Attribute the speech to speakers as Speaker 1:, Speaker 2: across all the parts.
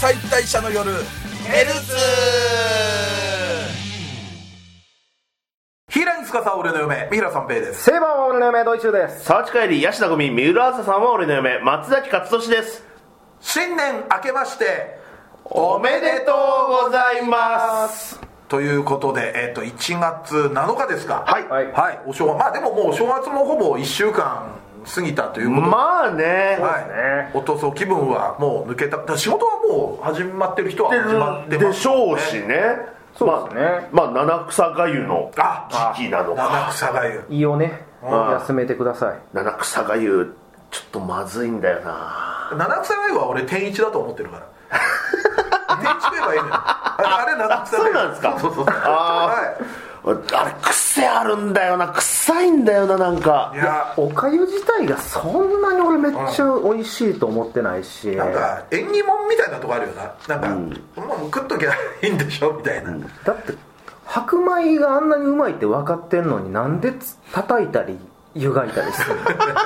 Speaker 1: 解体者の夜ヘルツ平井司は俺の嫁三平三平です
Speaker 2: セイバーは俺の嫁ドイチューです
Speaker 3: 沢地帰り、ヤシナゴミ、三浦朝さんは俺の嫁、松崎勝利です。
Speaker 1: 新年明けましてお
Speaker 3: うございます。
Speaker 1: ということで、えっと1月7日ですか
Speaker 3: はい
Speaker 2: はい
Speaker 1: はいお正月まあでももうお正月もほぼ1週間過ぎたということで
Speaker 3: まあね、
Speaker 1: はい、おとそ気分はもう抜けただから仕事はもう始まってる人は始まって
Speaker 3: で
Speaker 1: ます
Speaker 3: しょうしね。
Speaker 2: そうですね
Speaker 3: まあ、まあ七草がゆの
Speaker 1: あ
Speaker 3: 時期なのか。
Speaker 1: 七草がゆ
Speaker 2: 胃をね
Speaker 3: ん
Speaker 2: 休めてください
Speaker 3: 七草がゆ、ちょっとまずいんだよな。
Speaker 1: 七草がゆは俺天一だと思ってる から天一といえばいいのよあれあれ七草が
Speaker 3: そう
Speaker 1: ゆ
Speaker 3: なんですか。
Speaker 1: そうそうそう
Speaker 3: あーあれ、癖あるんだよな。臭いんだよな、なん
Speaker 1: は
Speaker 3: か
Speaker 1: い、い。や
Speaker 2: おかゆ自体がそんなに俺めっちゃ美味しいと思ってないし、
Speaker 1: なん
Speaker 2: だ
Speaker 1: か縁起物みたいなとこあるよななんか、もう食っときゃいいんでしょみたいな、
Speaker 2: って白米があんなにうまいって分かってんのになんでつ叩いたり湯がいたりする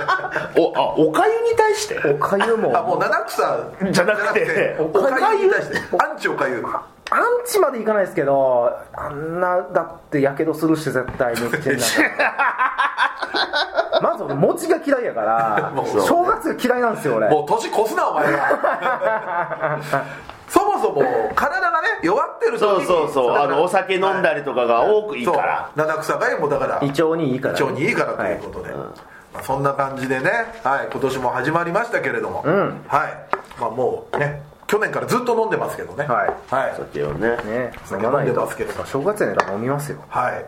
Speaker 3: お、あ、おかゆに対して
Speaker 2: のおかゆも
Speaker 1: あもう七草
Speaker 3: じゃなくて
Speaker 1: おかゆに対してアンチおかゆ
Speaker 2: アンチまでいかないですけどあんなだってやけどするし絶対にってんだ からまず俺餅が嫌いやから
Speaker 1: もうそうね
Speaker 2: 正月が嫌いなんですよ俺
Speaker 1: もう年越すなお前は そもそも体がね弱ってる時
Speaker 3: そう
Speaker 1: に
Speaker 3: そうそう。
Speaker 1: だ
Speaker 3: あ
Speaker 1: から
Speaker 3: の、お酒飲んだりとかが多くいいか
Speaker 1: そう
Speaker 3: ら。
Speaker 1: 七草がゆもだから
Speaker 2: 胃腸にいいから、
Speaker 1: 胃腸にいいからということで、まあ、そんな感じでね、はい、今年も始まりましたけれども、はいまあ、もうね去年からずっと飲んでますけどね
Speaker 2: はい
Speaker 1: はい
Speaker 3: だけどね。
Speaker 2: ね
Speaker 1: 酒飲んでますけど
Speaker 2: 正月やねら飲みますよ
Speaker 1: はい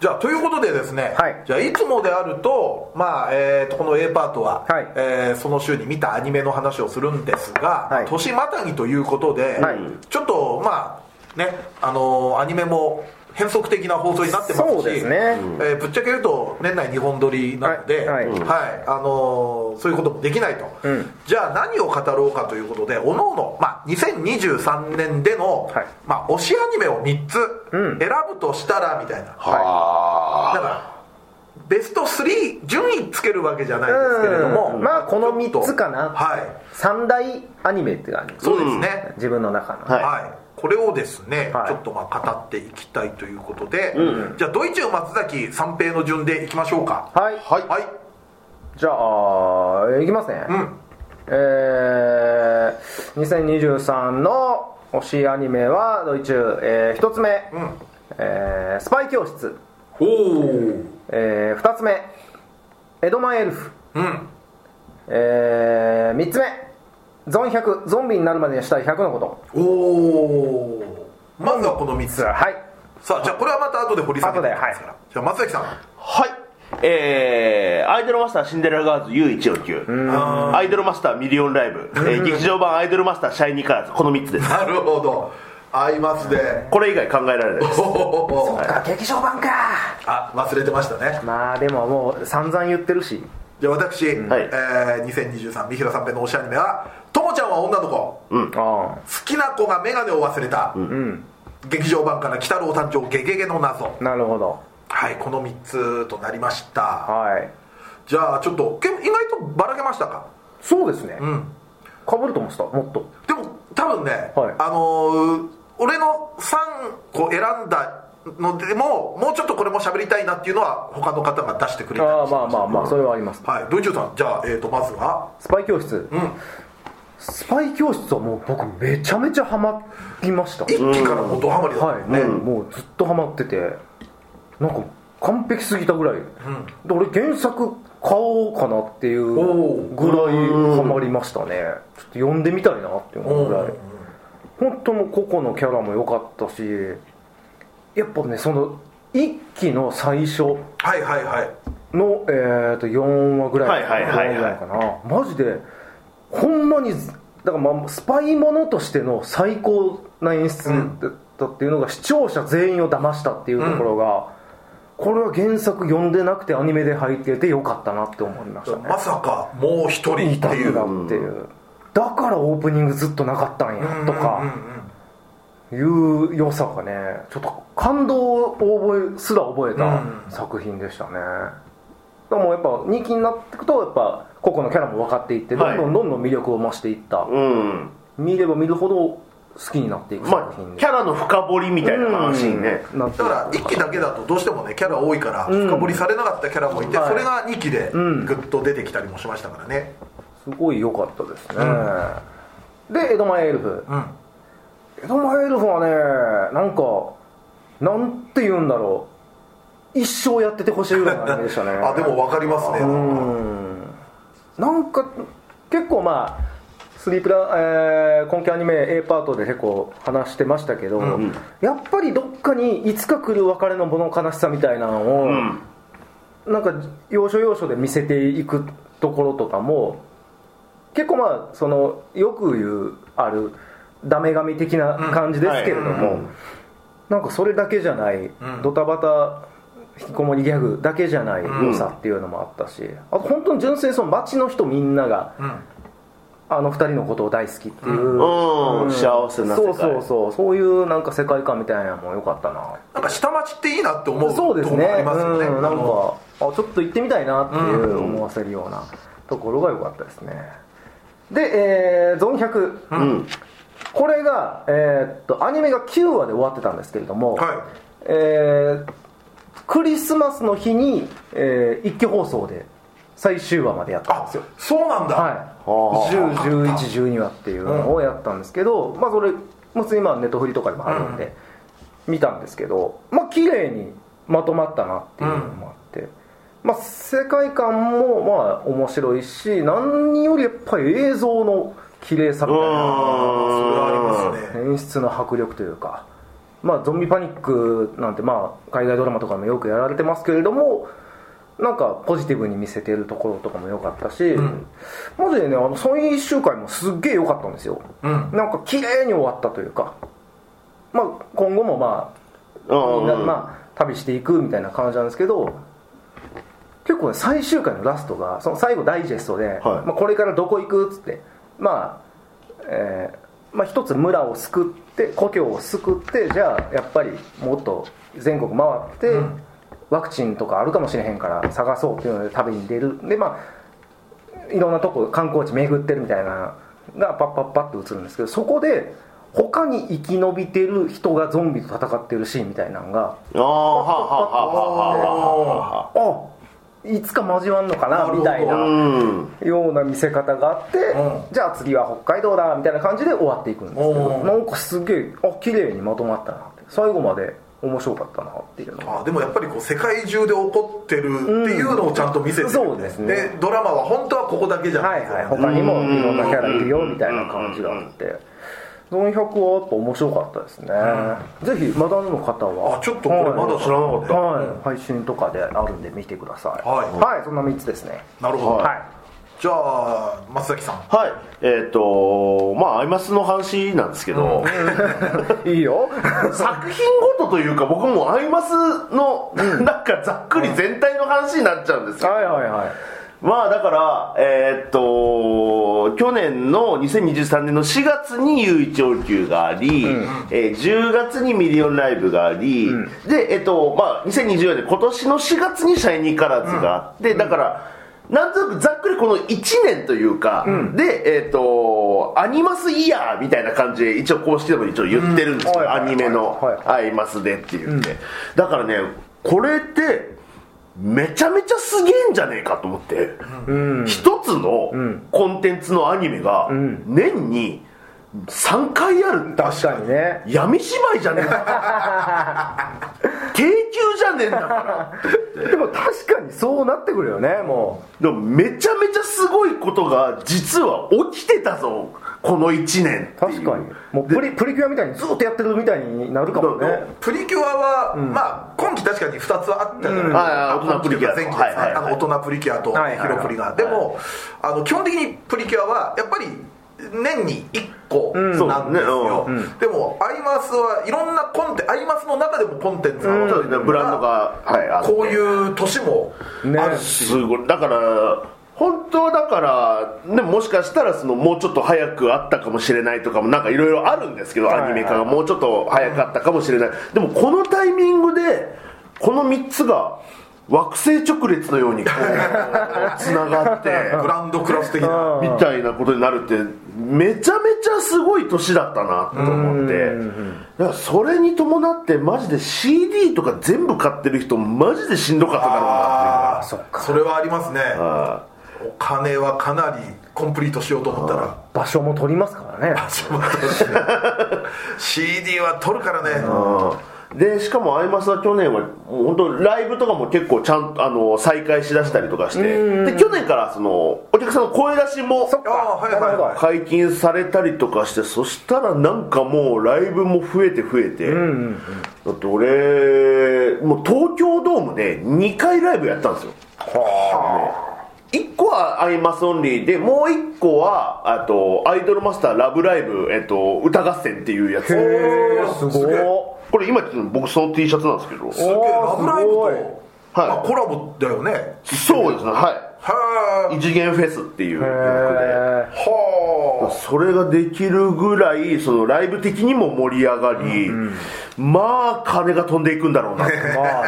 Speaker 1: じゃあということでですね、
Speaker 2: はい
Speaker 1: じゃあいつもであると,、まあえーとこの A パートは、
Speaker 2: はい
Speaker 1: えーその週に見たアニメの話をするんですが、
Speaker 2: はい
Speaker 1: 年またぎということで、
Speaker 2: はい
Speaker 1: ちょっとまあね、あのーアニメも変則的な放送になってますし
Speaker 2: そうですね
Speaker 1: えーぶっちゃけ言うと年内2本撮りなので、は
Speaker 2: はいいはい
Speaker 1: あのーそういうこともできないと、
Speaker 2: うん
Speaker 1: じゃあ何を語ろうかということでおのおの、まあ、2023年での、
Speaker 2: はい
Speaker 1: まあ、推しアニメを3つ
Speaker 2: うん
Speaker 1: 選ぶとしたらみたいな、
Speaker 3: は
Speaker 1: だからベスト3順位つけるわけじゃないですけれども、
Speaker 2: うんまあこの
Speaker 1: ちょっと
Speaker 2: 3つかな
Speaker 1: はい
Speaker 2: 三大アニメって感じ
Speaker 1: そうですね、
Speaker 2: 自分の中の、
Speaker 3: はい
Speaker 1: これをですね、
Speaker 2: はい
Speaker 1: ちょっとまあ語っていきたいということで、じゃあドイツ松崎三平の順でいきましょうか
Speaker 2: はい
Speaker 3: はい
Speaker 1: はい
Speaker 2: じゃあいきますね、
Speaker 1: うん
Speaker 2: えー、2023の推しアニメはドイツ、えー、1つ目、
Speaker 1: ん
Speaker 2: えースパイ教室、
Speaker 1: おお
Speaker 2: えー、2つ目江戸前エルフ、
Speaker 1: うん
Speaker 2: えー、3つ目ゾン100ゾンビになるまでにしたい100のこ
Speaker 1: おおまずはこの3つ
Speaker 2: とはい
Speaker 1: さあじゃあこれはまた後で掘り下げて
Speaker 2: 後ではい
Speaker 1: きますからじゃあ松崎さん
Speaker 3: はい。えー、アイドルマスターシンデレラガールズ U149。
Speaker 1: あ
Speaker 3: アイドルマスターミリオンライブ。えー劇場版アイドルマスターシャイニーカラーズ。この3つです
Speaker 1: ー。なるほど合いますね
Speaker 3: これ以外考えられないです。
Speaker 1: おお
Speaker 2: あ劇場版か
Speaker 1: あ忘れてましたね
Speaker 2: まあでももう散々言ってるし
Speaker 1: じゃあ私、
Speaker 3: はい
Speaker 1: えー、2023三平三平の推しアニメは「ともちゃんは女の子」
Speaker 2: あ
Speaker 1: 好きな子が眼鏡を忘れた、劇場版から「鬼太郎誕生ゲゲゲの謎
Speaker 2: あなるほど」
Speaker 1: はいこの3つとなりました
Speaker 2: はい
Speaker 1: じゃあちょっとけ意外とばらけましたか
Speaker 2: そうですね、
Speaker 1: うん
Speaker 2: かぶると思ってたもっと
Speaker 1: でも多分ね、
Speaker 2: はい
Speaker 1: あのー俺の3個選んだのでももうちょっとこれも喋りたいなっていうのは他の方が出してくれたり
Speaker 2: ああ
Speaker 1: して
Speaker 2: まあまあまあそれはあります
Speaker 1: はいドイチューさんじゃあ、えー、とまずは
Speaker 2: スパイ教室、
Speaker 1: ん
Speaker 2: スパイ教室はもう僕めちゃめちゃハマりました
Speaker 1: 一気からもうドハマりだった
Speaker 2: は
Speaker 1: よ
Speaker 2: い、
Speaker 1: ね、
Speaker 2: もうずっとハマっててなんか完璧すぎたぐらい、で俺原作買おうかなっていう
Speaker 1: おー
Speaker 2: ぐらいハマりましたねちょっと読んでみたいなって思うぐらい本当の個々のキャラも良かったしやっぱねその一期の最初
Speaker 1: はいはいはい
Speaker 2: の、えー、と4話ぐらい,、
Speaker 3: はいはいはいはい
Speaker 2: ぐらいかなマジでほんまにだからまあスパイものとしての最高な演出だったっていうのが、視聴者全員を騙したっていうところが、これは原作読んでなくてアニメで入っててよかったなって思いましたね
Speaker 1: まさかもう一人
Speaker 2: い
Speaker 1: って
Speaker 2: た
Speaker 1: い
Speaker 2: ん
Speaker 1: う
Speaker 2: だっていう、だからオープニングずっとなかったんやと
Speaker 1: うんう
Speaker 2: か
Speaker 1: んうん
Speaker 2: いう良さがねちょっと感動を覚えすら覚え
Speaker 1: うん
Speaker 2: た作品でしたね、でもやっぱ人気になっていくとやっぱ個々のキャラも分かっていってど
Speaker 3: はい
Speaker 2: んどんどんどん魅力を増していった
Speaker 3: うん。
Speaker 2: 見れば見るほど好きになっていく
Speaker 3: ま
Speaker 2: 作品
Speaker 3: あ、
Speaker 2: で
Speaker 3: キャラの深掘りみたいな話にね、
Speaker 2: なって
Speaker 1: だから1期だけだとどうしてもねキャラ多いから深掘りされなかったキャラもいて、
Speaker 2: はい
Speaker 1: それが2期でグッと出てきたりもしましたからね、
Speaker 2: すごい良かったですね、で江戸前エルフ、
Speaker 1: ん
Speaker 2: 江戸前エルフはねなんかなんて言うんだろう一生やっててほしいぐらいの感じでしたね
Speaker 1: あでも分かりますね、
Speaker 2: なんか結構まあスリープラ、えー、今期アニメ A パートで結構話してましたけど、やっぱりどっかにいつか来る別れのもの悲しさみたいなのを、なんか要所要所で見せていくところとかも結構まあそのよく言うあるダメ神的な感じですけれども、
Speaker 3: うんはい
Speaker 2: なんかそれだけじゃない、ドタバタ引きこもりギャグだけじゃない良さっていうのもあったし、あと本当に純粋にその街の人みんなが、あの二人のことを大好きっていう、
Speaker 3: うん幸せな世
Speaker 2: そう
Speaker 3: 界
Speaker 2: そうそうそういうなんか世界観みたいなのも良かったな
Speaker 1: なんか下町っていいなって思う
Speaker 2: そうです
Speaker 1: とこ
Speaker 2: ね
Speaker 1: もありますよね
Speaker 2: うん、な
Speaker 1: あ
Speaker 2: んかあち
Speaker 1: の
Speaker 2: ょっと行ってみたいなっていう思わせるようなところが良かったですねで、えーゾーン100、
Speaker 3: ん
Speaker 2: これが、えーっとアニメが9話で終わってたんですけれども、
Speaker 1: はい
Speaker 2: えークリスマスの日に、えー一挙放送で最終話までやったんですよ
Speaker 1: あそうなんだ、
Speaker 2: はい、101112話っていうのをやったんですけど、まあそれもう今ネットフリとかでもあるんで、見たんですけどまあ綺麗にまとまったなっていうのもあって、まあ世界観もまあ面白いし何よりやっぱり映像の綺麗さみたいな
Speaker 1: それはありますね、
Speaker 2: 演出の迫力というか、まあ、ゾンビパニックなんて、まあ、海外ドラマとかでもよくやられてますけれどもなんかポジティブに見せてるところとかも良かったし、マジでねあのソニー一周回もすっげえ良かったんですよ、
Speaker 1: ん
Speaker 2: なんか綺麗に終わったというか、まあ、今後もまあみんな、まあ、旅していくみたいな感じなんですけど結構ね最終回のラストがその最後ダイジェストで、まあ、これからどこ行くっつってまあえーまあ、一つ村を救って故郷を救ってじゃあやっぱりもっと全国回って、ワクチンとかあるかもしれへんから探そうっていうので旅に出るでまあいろんなとこ観光地巡ってるみたいなのがパッパッパッと映るんですけどそこで他に生き延びてる人がゾンビと戦ってるシーンみたいなのが
Speaker 3: ああはあはあはあはあはあはあ
Speaker 2: あいつか交わんのかなみたいな
Speaker 3: うん
Speaker 2: ような見せ方があって、
Speaker 1: う
Speaker 2: じゃあ次は北海道だみたいな感じで終わっていくんですけど、
Speaker 1: うん
Speaker 2: なんかすげえあ綺麗にまとまったなって最後まで面白かったなっていうのが
Speaker 1: あでもやっぱりこう世界中で起こってるっていうのをちゃんと見せてる、
Speaker 2: うんそうですね
Speaker 1: ドラマは本当はここだけじゃな
Speaker 2: はいい
Speaker 1: です
Speaker 2: はい
Speaker 1: よね
Speaker 2: 他にもいろんなキャラいるよみたいな感じがあって400はやっぱ面白かったですね、ぜひまだの方は
Speaker 1: あちょっとこれまだ知らなかった
Speaker 2: はいはい配信とかであるんで見てください
Speaker 1: はい
Speaker 2: はい、そんな3つですね
Speaker 1: なるほど、
Speaker 2: はい、
Speaker 1: じゃあ松崎さん
Speaker 3: はいえっ、とまあアイマスの話なんですけど、
Speaker 2: い、 いよ
Speaker 3: 作品ごとというか僕もアイマスのなんかざっくり全体の話になっちゃうんですよ、
Speaker 2: はいはいはい
Speaker 3: まあだからえーっと去年の2023年の4月に有一応級があり、えー10月にミリオンライブがあり、でえっとまあ2024年今年の4月にシャイニーカラーズがあって、だからなんとなくざっくりこの1年というか、でえーっとアニマスイヤーみたいな感じで一応公式でも一応言ってるんですよ、
Speaker 2: うんはい
Speaker 3: アニメの
Speaker 2: はいはい
Speaker 3: 「アイマスで」って言って、だからねこれってめちゃめちゃすげえんじゃねえかと思って、一つのコンテンツのアニメが年に3回ある
Speaker 2: 確かにね
Speaker 3: 闇芝居じゃねえか 定休じゃねえんだから
Speaker 2: でも確かにそうなってくるよねも
Speaker 3: でもめちゃめちゃすごいことが実は起きてたぞこの1年
Speaker 2: う
Speaker 3: って
Speaker 2: 確
Speaker 3: いう
Speaker 2: かにもうプリプリキュアみたいにずっとやってるみたいになるかもね
Speaker 3: どう
Speaker 1: プリキュアは、まあ今期確かに2つあったじゃないですか、
Speaker 3: うんはいはい大人プリキュアと
Speaker 1: 前期ですね
Speaker 3: はいはい
Speaker 1: あの大人プリキュアと
Speaker 2: はいはい
Speaker 1: ヒロプリが、でもあの基本的にプリキュアはやっぱり年に1個なんですよ、
Speaker 3: う
Speaker 1: でもアイマスはいろんなコンテンアイマスの中でもコンテンツが分
Speaker 3: そ
Speaker 1: か
Speaker 3: うですねブランドが、はい、あって
Speaker 1: こういう年も
Speaker 2: ね
Speaker 1: あるし、
Speaker 3: すごいだから本当はだから、ね、もしかしたらそのもうちょっと早くあったかもしれないとかもなんかいろいろあるんですけど
Speaker 2: はい
Speaker 3: アニメ化がもうちょっと早かったかもしれないでもこのタイミングでこの3つが惑星直列のよう にこうつながって
Speaker 1: ブランドクラス的な、
Speaker 3: みたいなことになるってめちゃめちゃすごい年だったなと思ってだからそれに伴ってマジで CD とか全部買ってる人マジでしんどかっただろうな
Speaker 1: あ
Speaker 3: っ
Speaker 1: あ
Speaker 2: そっか
Speaker 1: それはありますね
Speaker 3: あ
Speaker 1: お金はかなりコンプリートしようと思ったら
Speaker 2: 場所も取りますからね
Speaker 1: そうだね CD は取るからね
Speaker 3: ていうのはでしかもアイマスは去年はもう本当ライブとかも結構ちゃんとあの再開しだしたりとかしてで去年からそのお客さんの声出しも
Speaker 2: そっか
Speaker 1: あーはいはいはい
Speaker 2: なるほど
Speaker 3: 解禁されたりとかしてそしたらなんかもうライブも増えて増えて、だって俺もう東京ドームで2回ライブやったんですよ1個は「アイマスオンリーでもう1個はあと「アイドルマスターラブライブ、えっと、歌合戦」っていうやつ
Speaker 2: へーすごい
Speaker 1: すげえ
Speaker 3: これ今ちょっと僕その T シャツなんですけど
Speaker 1: すげえラブライブと
Speaker 2: すごい
Speaker 1: まあ
Speaker 3: はい
Speaker 1: コラボだよね
Speaker 3: そうですねは
Speaker 1: はい
Speaker 3: 異次元フェスっていう
Speaker 2: へ
Speaker 3: 曲
Speaker 1: あ
Speaker 3: で
Speaker 1: は
Speaker 3: それができるぐらいそのライブ的にも盛り上がり、まあ金が飛んでいくんだろう な
Speaker 2: えまあ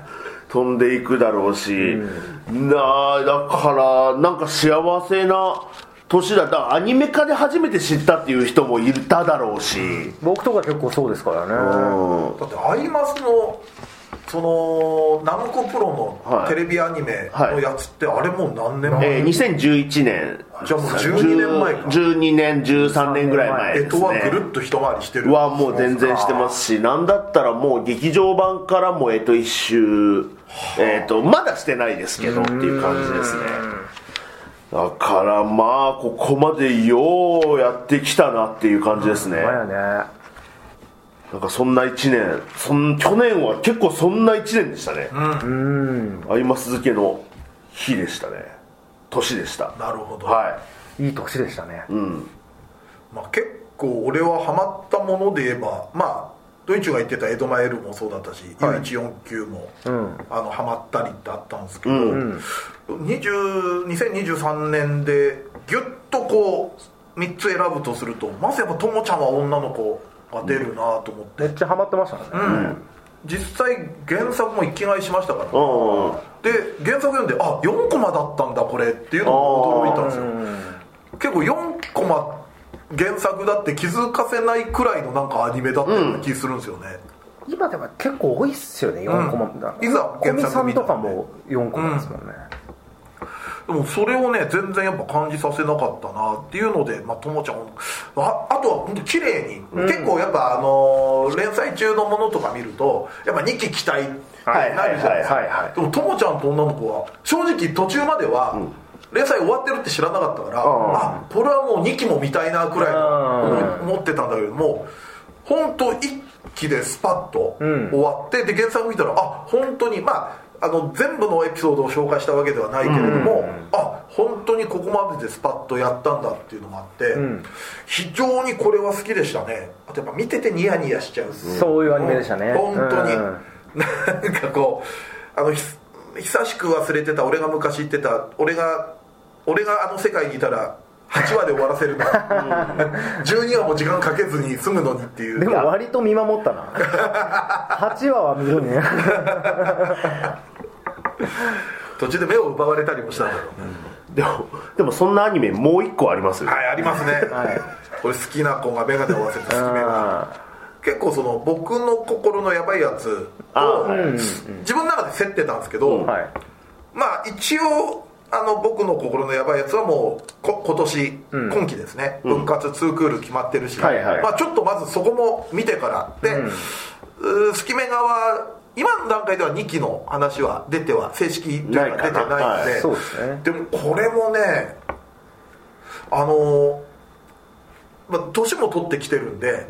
Speaker 2: ね
Speaker 3: 飛んでいくだろうし、なあだからなんか幸せな年だったアニメ化で初めて知ったっていう人もいただろうし、
Speaker 2: 僕とか結構そうですからね
Speaker 3: うん
Speaker 1: あだってアイマスのそのナムコプロの
Speaker 3: はい
Speaker 1: テレビアニメ
Speaker 3: はい
Speaker 1: のやつってあれもう何年前
Speaker 3: えー2011年
Speaker 1: じゃあもう12年前か
Speaker 3: 12年13年ぐらい前
Speaker 1: え
Speaker 3: です
Speaker 1: と
Speaker 3: ね
Speaker 1: はぐるっと一回りしてる
Speaker 3: はもう全然してますしなんだったらもう劇場版からもえっと一周えっとまだしてないですけどっていう感じですねだからまあここまでようやってきたなっていう感じですね
Speaker 2: まあやね
Speaker 3: なんかそんな1年そん去年は結構そんな1年でしたねアイマス漬けの日でしたね年でした
Speaker 1: なるほど
Speaker 3: はい
Speaker 2: いい年でしたね、
Speaker 1: まあ、結構俺はハマったもので言えばまあドイツが言ってた「江戸前 L」もそうだったし「U149」も、あのハマったりってあったんですけど、20 2023年でギュッとこう3つ選ぶとするとまずやっぱともちゃんは女の子が出るなと思って、
Speaker 2: めっちゃハマってましたもんね、
Speaker 1: 実際原作も生きがいしましたから、
Speaker 3: うんうん
Speaker 1: で原作読んであ4コマだったんだこれっていうのも驚いたんですよ結構4コマ原作だって気づかせないくらいのなんかアニメだったような気するんですよね、
Speaker 2: 今でも結構多いっすよね4コマ、
Speaker 1: いざ
Speaker 2: コミさんとか
Speaker 1: 原
Speaker 2: も4コマですもんね、
Speaker 1: でもそれをね全然やっぱ感じさせなかったなっていうのでまあともちゃんああとは本当綺麗に、結構やっぱあのー連載中のものとか見るとやっぱ2期期待
Speaker 3: はい
Speaker 1: なるじゃないですか
Speaker 3: はいはいはいはい
Speaker 1: でもともちゃんと女の子は正直途中までは、連載終わってるって知らなかったから、あこれはもう2期も見たいなくらいの思ってたんだけども本当1期でスパッと終わって、で原作見たらあ本当にまああの全部のエピソードを紹介したわけではないけれども、あ本当にここまででスパッとやったんだっていうのもあって、非常にこれは好きでしたねあとやっぱ見ててニヤニヤしちゃう
Speaker 2: そういうアニメでしたね
Speaker 1: 本当に、
Speaker 2: うん
Speaker 1: なんかこうあのひ久しく忘れてた俺が昔言ってた俺が俺があの世界にいたら8話で終わらせるな 12話も時間かけずに済むのにっていう
Speaker 2: でも割と見守ったな8話は見るね
Speaker 1: 途中で目を奪われたりもしたんだろうね、
Speaker 3: でもでもそんなアニメもう1個ありますよ
Speaker 1: はいありますね、これ好きな子が眼鏡を合わせて好き眼鏡結構その僕の心のヤバいやつ
Speaker 3: あ
Speaker 1: を
Speaker 3: ーうん
Speaker 1: 自分の中で競ってたんですけど、
Speaker 3: うん
Speaker 2: はい
Speaker 1: まあ一応あの僕の心のやばいやつはもうこ今年、今期ですね分割2クール決まってるし、
Speaker 3: はいはい
Speaker 1: まあ、ちょっとまずそこも見てからで、うースキメ側は今の段階では2期の話は出ては正式というか
Speaker 3: ない
Speaker 1: 出
Speaker 3: か
Speaker 1: て
Speaker 3: な
Speaker 1: ないので
Speaker 3: はい
Speaker 2: そうですね
Speaker 1: でもこれもねあのーまあ、年も取ってきてるんで、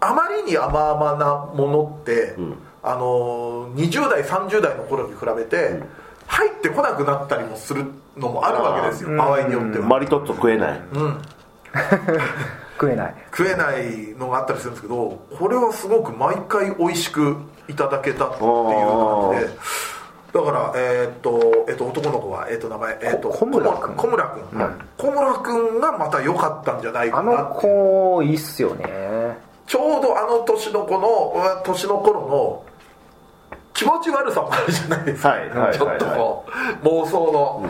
Speaker 1: あまりに甘々なものって、あのー20代30代の頃に比べて、入ってこなくなったりもするのもあるわけですよ場合によっては、
Speaker 3: マリトッツォ食えない、
Speaker 2: 食えない
Speaker 1: 食えないのがあったりするんですけどこれはすごく毎回美味しくいただけたっていう感じでだから、えーっとえーっと男の子は、えーっと名前、えーっと
Speaker 2: こ小村君
Speaker 1: 小村君、小村君がまた良かったんじゃない
Speaker 2: あ
Speaker 1: かな
Speaker 2: の
Speaker 1: っていう
Speaker 2: 子いいっすよね
Speaker 1: ちょうどあの年の子のうわ年の頃の気持ち悪さもあるじゃないですか、
Speaker 3: はいはいはいはい
Speaker 1: ちょっとこう妄想の、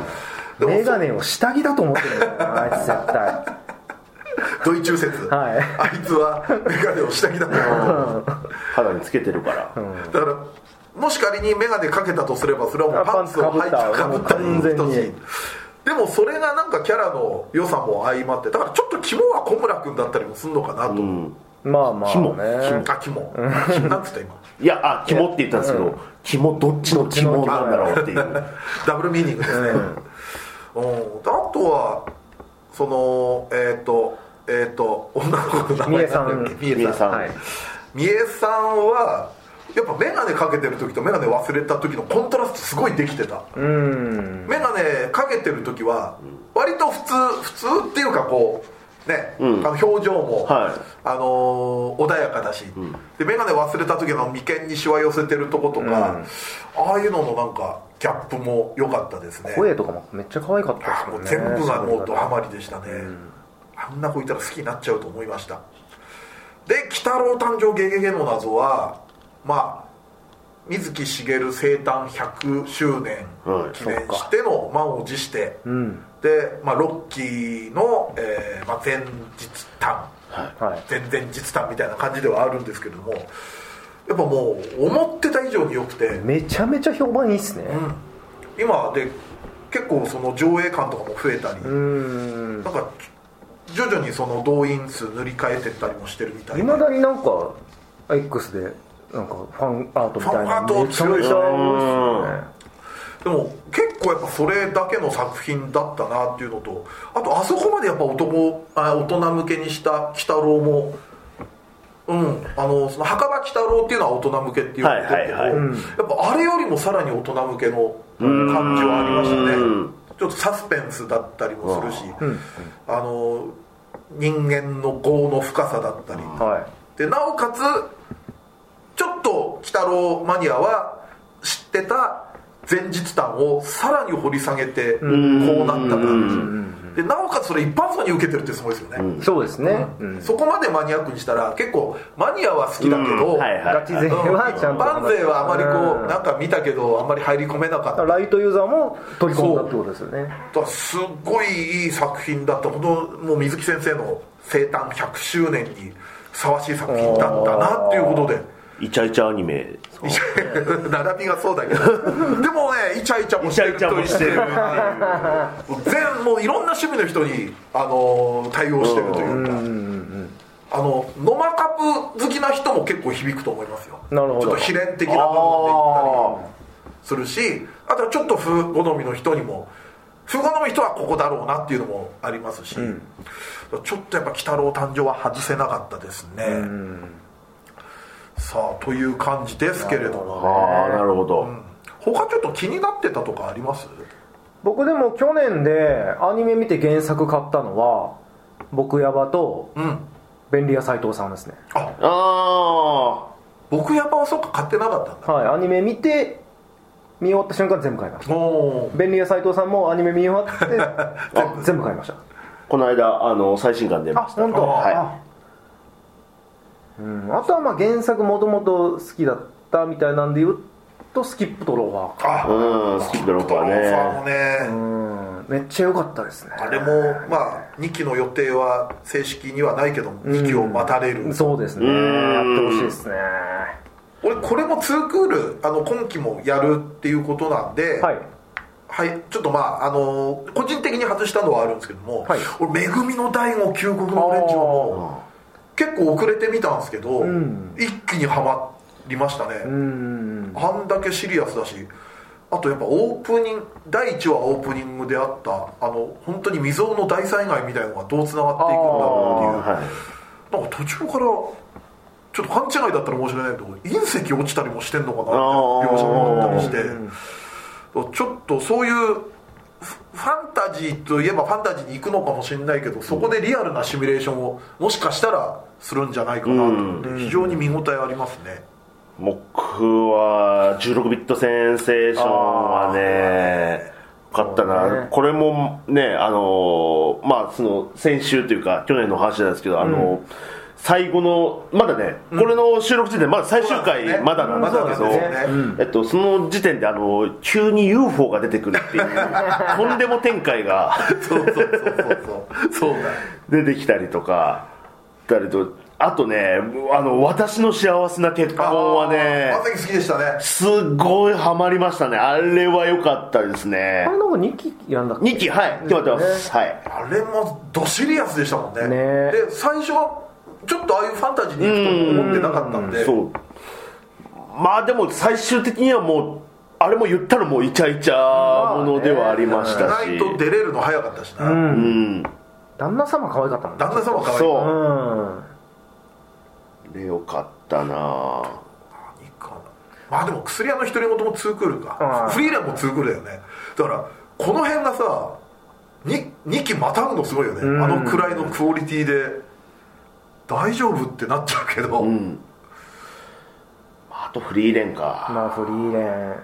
Speaker 1: でも
Speaker 2: メガネを下着だと思ってるんだよなあいつ絶対
Speaker 1: ドイチュー説、
Speaker 2: はい
Speaker 1: あいつはメガネを下着だった
Speaker 3: 肌につけてるから、
Speaker 1: だからもし仮に眼鏡かけたとすればそれはもうパンツを履い
Speaker 2: あ
Speaker 1: て
Speaker 2: パ
Speaker 1: か
Speaker 2: ン
Speaker 1: ぶ
Speaker 2: ツ被
Speaker 1: っ
Speaker 2: ったた
Speaker 1: に
Speaker 2: もう
Speaker 1: 等
Speaker 2: 完
Speaker 1: しい
Speaker 2: 全に
Speaker 1: でもそれがなんかキャラの良さも相まってだからちょっと肝は小村君だったりもすんのかなと、
Speaker 3: うん、
Speaker 2: まあまあ
Speaker 3: キモ
Speaker 2: ね
Speaker 1: あ肝なんつった今
Speaker 3: いやあ肝って言ったんですけど、肝どっちの肝なんだろうっていう
Speaker 1: ダブルミーニングですね、うん、あとはそのえっ、とえっ、と女の子の名前なんだっけ
Speaker 2: み
Speaker 1: みえ
Speaker 3: 皆
Speaker 1: さ
Speaker 3: さ
Speaker 1: ん
Speaker 3: ん、
Speaker 2: はい
Speaker 1: みえさんはやっぱ眼鏡かけてる時と眼鏡忘れた時のコントラストすごいできてた
Speaker 2: うん
Speaker 1: 眼鏡かけてる時は割と普通普通っていうかこうね、
Speaker 3: うん
Speaker 1: あの表情も、
Speaker 3: はい
Speaker 1: あのー穏やかだし、で眼鏡忘れた時の眉間にしわ寄せてるとことか、ああいうののなんかギャップも良かったですね
Speaker 2: 声とかもめっちゃ可愛かったです
Speaker 1: ああも
Speaker 2: もん
Speaker 1: う
Speaker 2: ね
Speaker 1: 全部がもうドハマ
Speaker 2: り
Speaker 1: りでしたね、あんな子いたら好きになっちゃうと思いましたで「鬼太郎誕生ゲゲゲの謎は」まあ水木しげる生誕100周年
Speaker 3: はい
Speaker 1: 記念しての満を持して、
Speaker 2: うん
Speaker 1: で、まあ、ロッキーの、えーまあ、前日誕
Speaker 2: はい
Speaker 1: 前々日誕みたいな感じではあるんですけれどもやっぱもう思ってた以上に良くて、
Speaker 2: めちゃめちゃ評判いいっすね
Speaker 1: 今で結構その上映感とかも増えたり、
Speaker 2: うん
Speaker 1: なんか徐々にその動員数塗り替えてったりもしてるみたい
Speaker 2: いまだになんか X でなんかファンアートみたいな
Speaker 1: ファンアート
Speaker 2: めちゃめちゃ多いっすよね
Speaker 1: でも結構やっぱそれだけの作品だったなっていうのとあとあそこまでやっぱ男あ大人向けにした鬼太郎も。うん、あのその墓場鬼太郎っていうのは大人向けっていうことだけど、
Speaker 3: はいはいはい
Speaker 2: うん
Speaker 1: やっぱあれよりもさらに大人向けの感じはありました
Speaker 3: う
Speaker 1: ね
Speaker 3: ん
Speaker 1: ちょっとサスペンスだったりもするし、
Speaker 2: ん
Speaker 1: あの人間の業の深さだったり、
Speaker 2: は
Speaker 1: でなおかつちょっと鬼太郎マニアは知ってた前日譚をさらに掘り下げてこうなった感じでなおかつそれ一般層に受けてるってすごいですよね、
Speaker 2: いそうですねうん
Speaker 1: そこまでマニアックにしたら結構マニアは好きだけど、
Speaker 3: うんはい はい
Speaker 2: ガチ勢はちゃんと
Speaker 1: 万勢はあまりこう
Speaker 2: な
Speaker 1: なんんか見たけどあんまり入り込めなかった
Speaker 2: かライトユーザーも取り込んだってことですよね
Speaker 1: だからすっごいいい作品だった本当もう水木先生の生誕100周年にふさわしい作品だったなっていうことで
Speaker 3: イチャイチャアニメ
Speaker 1: イチャイ 並びがそうだけどでもねイチャイチャもしてる
Speaker 3: イチャイチャもしてる
Speaker 1: という全もういろんな趣味の人に、あのー対応してるというか、あのノマカプ好きな人も結構響くと思いますよ
Speaker 2: なるほど
Speaker 1: ちょっと非連的な部分で言った
Speaker 3: あ
Speaker 1: りするしあとはちょっと風好みの人にも風好みの人はここだろうなっていうのもありますし、ちょっとやっぱ鬼太郎誕生は外せなかったですね、さあという感じですけれど
Speaker 3: あ
Speaker 1: も
Speaker 3: ああなるほど、
Speaker 1: 他ちょっと気になってたとかあります
Speaker 2: 僕でも去年でアニメ見て原作買ったのは僕ヤバと
Speaker 1: うん
Speaker 2: 便利屋斎藤さんですね
Speaker 1: あ
Speaker 3: ああ
Speaker 1: 僕やっぱはそっか買ってなかったんだ
Speaker 2: はいアニメ見て見終わった瞬間全部買いまし
Speaker 1: おお
Speaker 2: た便利屋斎藤さんもアニメ見終わって あ全部買いました
Speaker 3: この間あの最新刊出
Speaker 2: あ
Speaker 3: ました
Speaker 2: 本当
Speaker 3: はい
Speaker 2: あうんあとはまあ原作もともと好きだったみたいなんで言うとスキップとローファ
Speaker 1: あ
Speaker 3: うんスキップドロッパーね
Speaker 1: ドロッパーもね、
Speaker 2: ーうんめっちゃ良かったですね
Speaker 1: あれもまあ2期の予定は正式にはないけど2期を待たれる、
Speaker 2: そうですねやってほしいですね
Speaker 1: 俺これも2クールあの今期もやるっていうことなんで、
Speaker 2: はい
Speaker 1: はい、ちょっとまあ、あのー個人的に外したのはあるんですけども、
Speaker 2: はい
Speaker 1: 俺「めぐみの大悟旧国のオレンジ」も結構遅れてみたんですけど、
Speaker 2: ん
Speaker 1: 一気にはまりましたね、
Speaker 2: うん
Speaker 1: あんだけシリアスだしあとやっぱオープニング第1話オープニングであったあの本当に未曾有の大災害みたいなのがどうつながっていくんだろうっていう、
Speaker 3: はい
Speaker 1: なんか途中からちょっと勘違いだったら申し訳ないけど隕石落ちたりもしてんのかなっていう描写もあったりしてちょっとそういうフファンタジーといえばファンタジーに行くのかもしれないけどそこでリアルなシミュレーションをもしかしたらするんじゃないかなと思って非常に見応えありますね
Speaker 3: 僕は16ビットセンセーションはね買った
Speaker 2: そう
Speaker 3: な、
Speaker 2: ね
Speaker 3: これもねあのーまあその先週というか去年の話なんですけどあのー、最後のまだね、これの収録時点でまだ最終
Speaker 1: そうだね
Speaker 3: 回まだなんですけ
Speaker 1: ま
Speaker 3: ど、
Speaker 1: だですね
Speaker 3: うんえっと、その時点であの急に UFO が出てくるっていうとんでも展開が
Speaker 1: そうそうそうそうそうそうだ
Speaker 3: 出てきたりとか誰とあとねあの私の幸せな結婚はね
Speaker 1: あの時好きでしたね
Speaker 3: すごいハマりましたねあれは良かったですね
Speaker 2: あれなんか2期やんだっけ
Speaker 3: 2期はい決まってます、はい
Speaker 1: あれもドシリアスでしたもんね
Speaker 2: ね
Speaker 1: で最初はちょっとああいうファンタジーに行くと思ってなかったんで
Speaker 3: そうまあでも最終的にはもうあれも言ったらもうイチャイチャものではありまし
Speaker 1: じゃ
Speaker 3: た
Speaker 1: な
Speaker 3: し、
Speaker 1: いと出れるの早かったしな、
Speaker 3: うん
Speaker 2: 旦那様可愛かったもんね
Speaker 1: 旦那様可愛い
Speaker 3: そう
Speaker 2: うん
Speaker 3: あれよかったな
Speaker 1: 何かなまあでも薬屋の一人ごともツークールか、
Speaker 2: うん
Speaker 1: フリーレンもツークールだよねだからこの辺がさ 2, 二期またぐのすごいよね、
Speaker 2: うん
Speaker 1: あのくらいのクオリティで大丈夫ってなっちゃうけど、
Speaker 3: うんあとフリーレンか
Speaker 2: まあフリーレン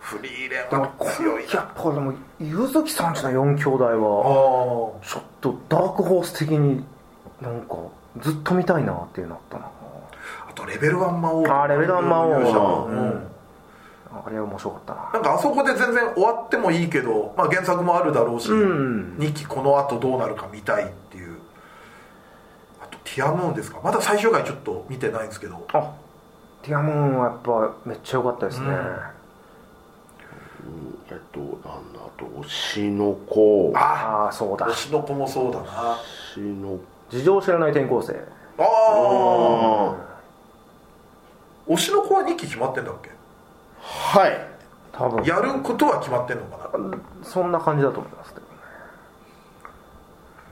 Speaker 1: フリーレン
Speaker 2: でも
Speaker 1: は
Speaker 2: こ
Speaker 1: 強い
Speaker 2: や
Speaker 1: な
Speaker 2: っぱでも柚月さんちの4兄弟
Speaker 1: あ
Speaker 2: は
Speaker 1: ー
Speaker 2: ちょっとダークホース的になんかずっと見たいなっていうのあったな
Speaker 1: あとレベル1魔王
Speaker 2: あーレベルワン魔王
Speaker 1: 勇者
Speaker 2: う
Speaker 1: うんん
Speaker 2: あれは面白かったな
Speaker 1: なんかあそこで全然終わってもいいけど、まあ、原作もあるだろうし、
Speaker 2: うん
Speaker 1: 2期このあとどうなるか見たいっていうあと「ティアムーン」ですかまだ最終回ちょっと見てないんですけど
Speaker 2: あティアムーンはやっぱめっちゃ良かったですね、
Speaker 1: うん
Speaker 3: えっとなんだあと推しの子
Speaker 1: あ
Speaker 2: ああそうだ
Speaker 1: 推しの子もそうだなあ
Speaker 3: 推しの
Speaker 2: 事情を知らない転校生
Speaker 1: あ
Speaker 3: 子
Speaker 1: 推しの子は2期決まってんだっけ
Speaker 3: はい
Speaker 2: 多分
Speaker 1: やることは決まってんのかな
Speaker 2: そんな感じだと思いますけどね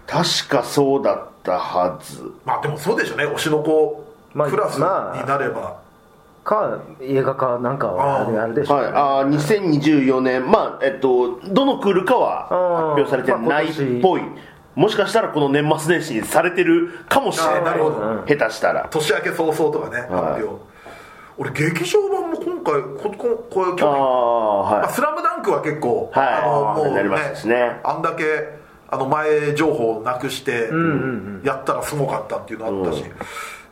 Speaker 3: 確かそうだったはず
Speaker 1: まあでもそうでしょうね推しの子
Speaker 2: まあ
Speaker 1: クラスに
Speaker 2: まあ
Speaker 1: なれば、
Speaker 2: か映画かなんかは
Speaker 1: あー
Speaker 2: やるでしょう
Speaker 3: はい、
Speaker 2: ね
Speaker 3: あー2024年、まあえっと、どのクールかは
Speaker 2: うん
Speaker 3: 発表されてないっぽい、もしかしたらこの年末年始にされてるかもしれ
Speaker 1: あー
Speaker 3: な、
Speaker 1: ないるほど
Speaker 3: 下手したら、
Speaker 1: 年明け早々とかね発表、俺劇場版も今回こここれ去
Speaker 3: あ
Speaker 1: 年
Speaker 3: あ、
Speaker 1: まあ、
Speaker 3: は
Speaker 1: スラムダンクは結構、
Speaker 3: はい
Speaker 1: あのもう
Speaker 3: なりましたしね
Speaker 1: あんだけあの前情報をなくして
Speaker 2: ん
Speaker 1: やったらすごかったっていうのあったし、
Speaker 3: うん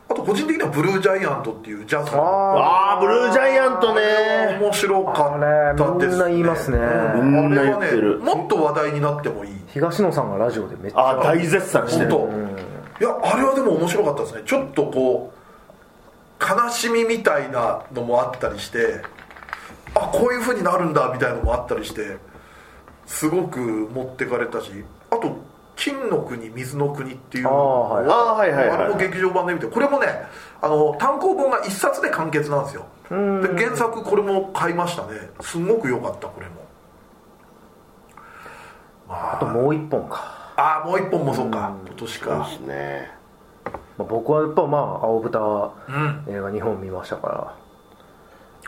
Speaker 1: あと個人的にはブルージャイアントっていうジャズ
Speaker 2: あ
Speaker 3: い、
Speaker 2: ー
Speaker 3: わあ、ブルージャイアントね、
Speaker 1: 面白かったです、ね、
Speaker 2: あれみんな言いますね
Speaker 1: うん
Speaker 3: みんな言っ
Speaker 1: あ
Speaker 3: て
Speaker 1: れ
Speaker 3: る
Speaker 1: はねもっと話題になってもいい
Speaker 2: 東野さんがラジオでめっち
Speaker 3: あ
Speaker 2: ゃ
Speaker 3: ー大絶賛して
Speaker 1: 本
Speaker 3: る、
Speaker 1: 当、いやあれはでも面白かったですねちょっとこう悲しみみたいなのもあったりしてあこういうふうになるんだみたいなのもあったりしてすごく持ってかれたしあと「金の国水の国」っていう
Speaker 2: あーはい
Speaker 3: あーはいはいはい
Speaker 1: あれも劇場版で見てこれもねあの単行本が1冊で完結なんですよで原作これも買いましたねすごく良かったこれもま
Speaker 2: あともう一本か、
Speaker 1: ああもう一本もそうか今年
Speaker 3: そう
Speaker 1: か
Speaker 3: ですね、
Speaker 2: まあ、僕はやっぱまあ青豚
Speaker 1: うん
Speaker 2: 映画2本見ましたから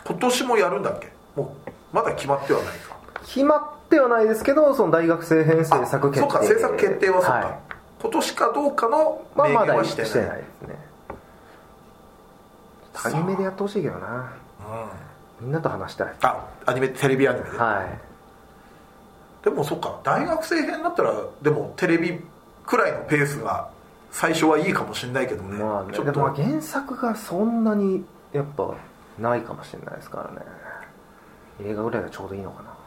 Speaker 1: 今年もやるんだっけもうまだ決まってはないか
Speaker 2: 決まってはないですけどその大学生編制
Speaker 1: あ
Speaker 2: 作決定
Speaker 1: そうか制作決定はそうか、
Speaker 2: はい
Speaker 1: 今年かどうかの
Speaker 2: まあ
Speaker 1: 明言
Speaker 2: まだ
Speaker 1: は
Speaker 2: し
Speaker 1: して
Speaker 2: て
Speaker 1: ない,、
Speaker 2: ないですねアニメでやってほしいけどなみんなと話したい
Speaker 1: あアニメテレビアニメで、
Speaker 2: は
Speaker 1: でもそうか大学生編だったらでもテレビくらいのペースが最初はいいかもしれないけど
Speaker 2: い
Speaker 1: ね,、
Speaker 2: まあね
Speaker 1: ちょ
Speaker 2: で
Speaker 1: っと
Speaker 2: もまあ原作がそんなにやっぱないかもしれないですからね映画ぐらいがちょうどいいのかな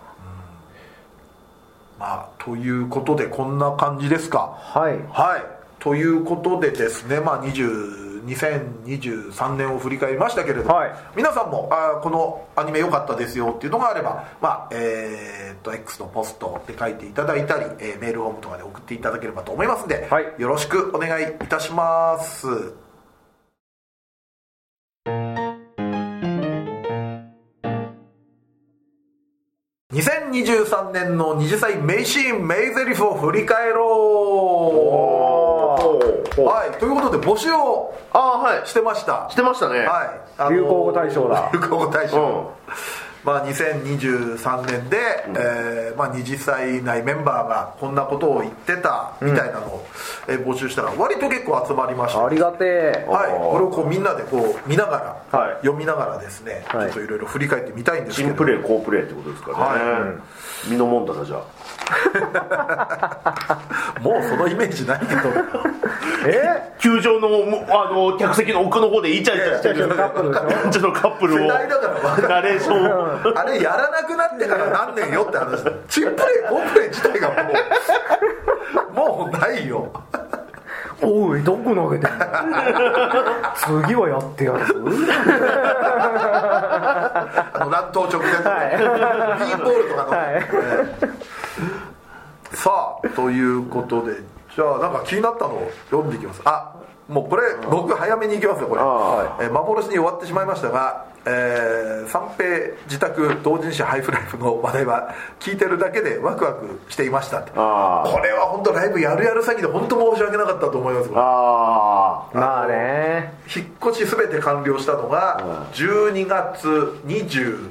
Speaker 1: まあということでこんな感じですか
Speaker 2: はい
Speaker 1: はいということでですね、まあ、20 2023年を振り返りましたけれども、
Speaker 2: はい
Speaker 1: 皆さんもあーこのアニメ良かったですよっていうのがあれば、まあえーっと X のポストで書いていただいたり、えーメールホームとかで送っていただければと思いますんで、
Speaker 2: はい
Speaker 1: よろしくお願いいたします2023年の二次祭名シーン名台詞を振り返ろう
Speaker 3: おー
Speaker 1: はい、ということで募集を
Speaker 3: ああ、はい、
Speaker 1: してました。
Speaker 3: してましたね、
Speaker 1: はい、あの
Speaker 2: 流行語大賞 だ
Speaker 1: 流行語大
Speaker 3: う
Speaker 1: 賞。まあ、2023年で、えーまあ、20歳内メンバーがこんなことを言ってたみたいなのを、えー募集したら割と結構集まりました
Speaker 2: ありがてえ
Speaker 1: はい
Speaker 3: あー
Speaker 1: これをこうみんなでこう見ながら
Speaker 3: ん、はい、
Speaker 1: 読みながらですね、
Speaker 2: はい
Speaker 1: ちょっといろいろ振り返ってみたいんですけ
Speaker 3: 新
Speaker 1: ど
Speaker 3: プレー好プレーってことですからね、
Speaker 1: は
Speaker 3: 身のもんだなじゃあ
Speaker 1: もうそのイメージないけど
Speaker 2: え
Speaker 3: 球場のもあの客席の奥の方でイチャイチャして
Speaker 2: いやいや
Speaker 3: る
Speaker 2: カップルでしょ
Speaker 3: ちょっとカップル
Speaker 1: 世
Speaker 3: を
Speaker 1: 代だから分かる
Speaker 3: ナレーションを
Speaker 1: あれやらなくなってから何年よって話だチップレイコープレイ自体がもうもうないよ
Speaker 2: おいどこ投げてんの 次はやってやる
Speaker 1: あの乱闘直前とか、 ピンボールとかの、さあということでじゃあなんか気になったのを読んでいきますあもうこれ僕早めに行きますよこれ、
Speaker 3: は
Speaker 1: えー幻に終わってしまいましたが、えー三平自宅同人誌ハイフライフの話題は聞いてるだけでワクワクしていましたってこ
Speaker 3: あー
Speaker 1: れは本当ライブやるやる詐欺で本当申し訳なかったと思います
Speaker 3: ああ
Speaker 2: まあね
Speaker 1: 引っ越しすべて完了したのが12月27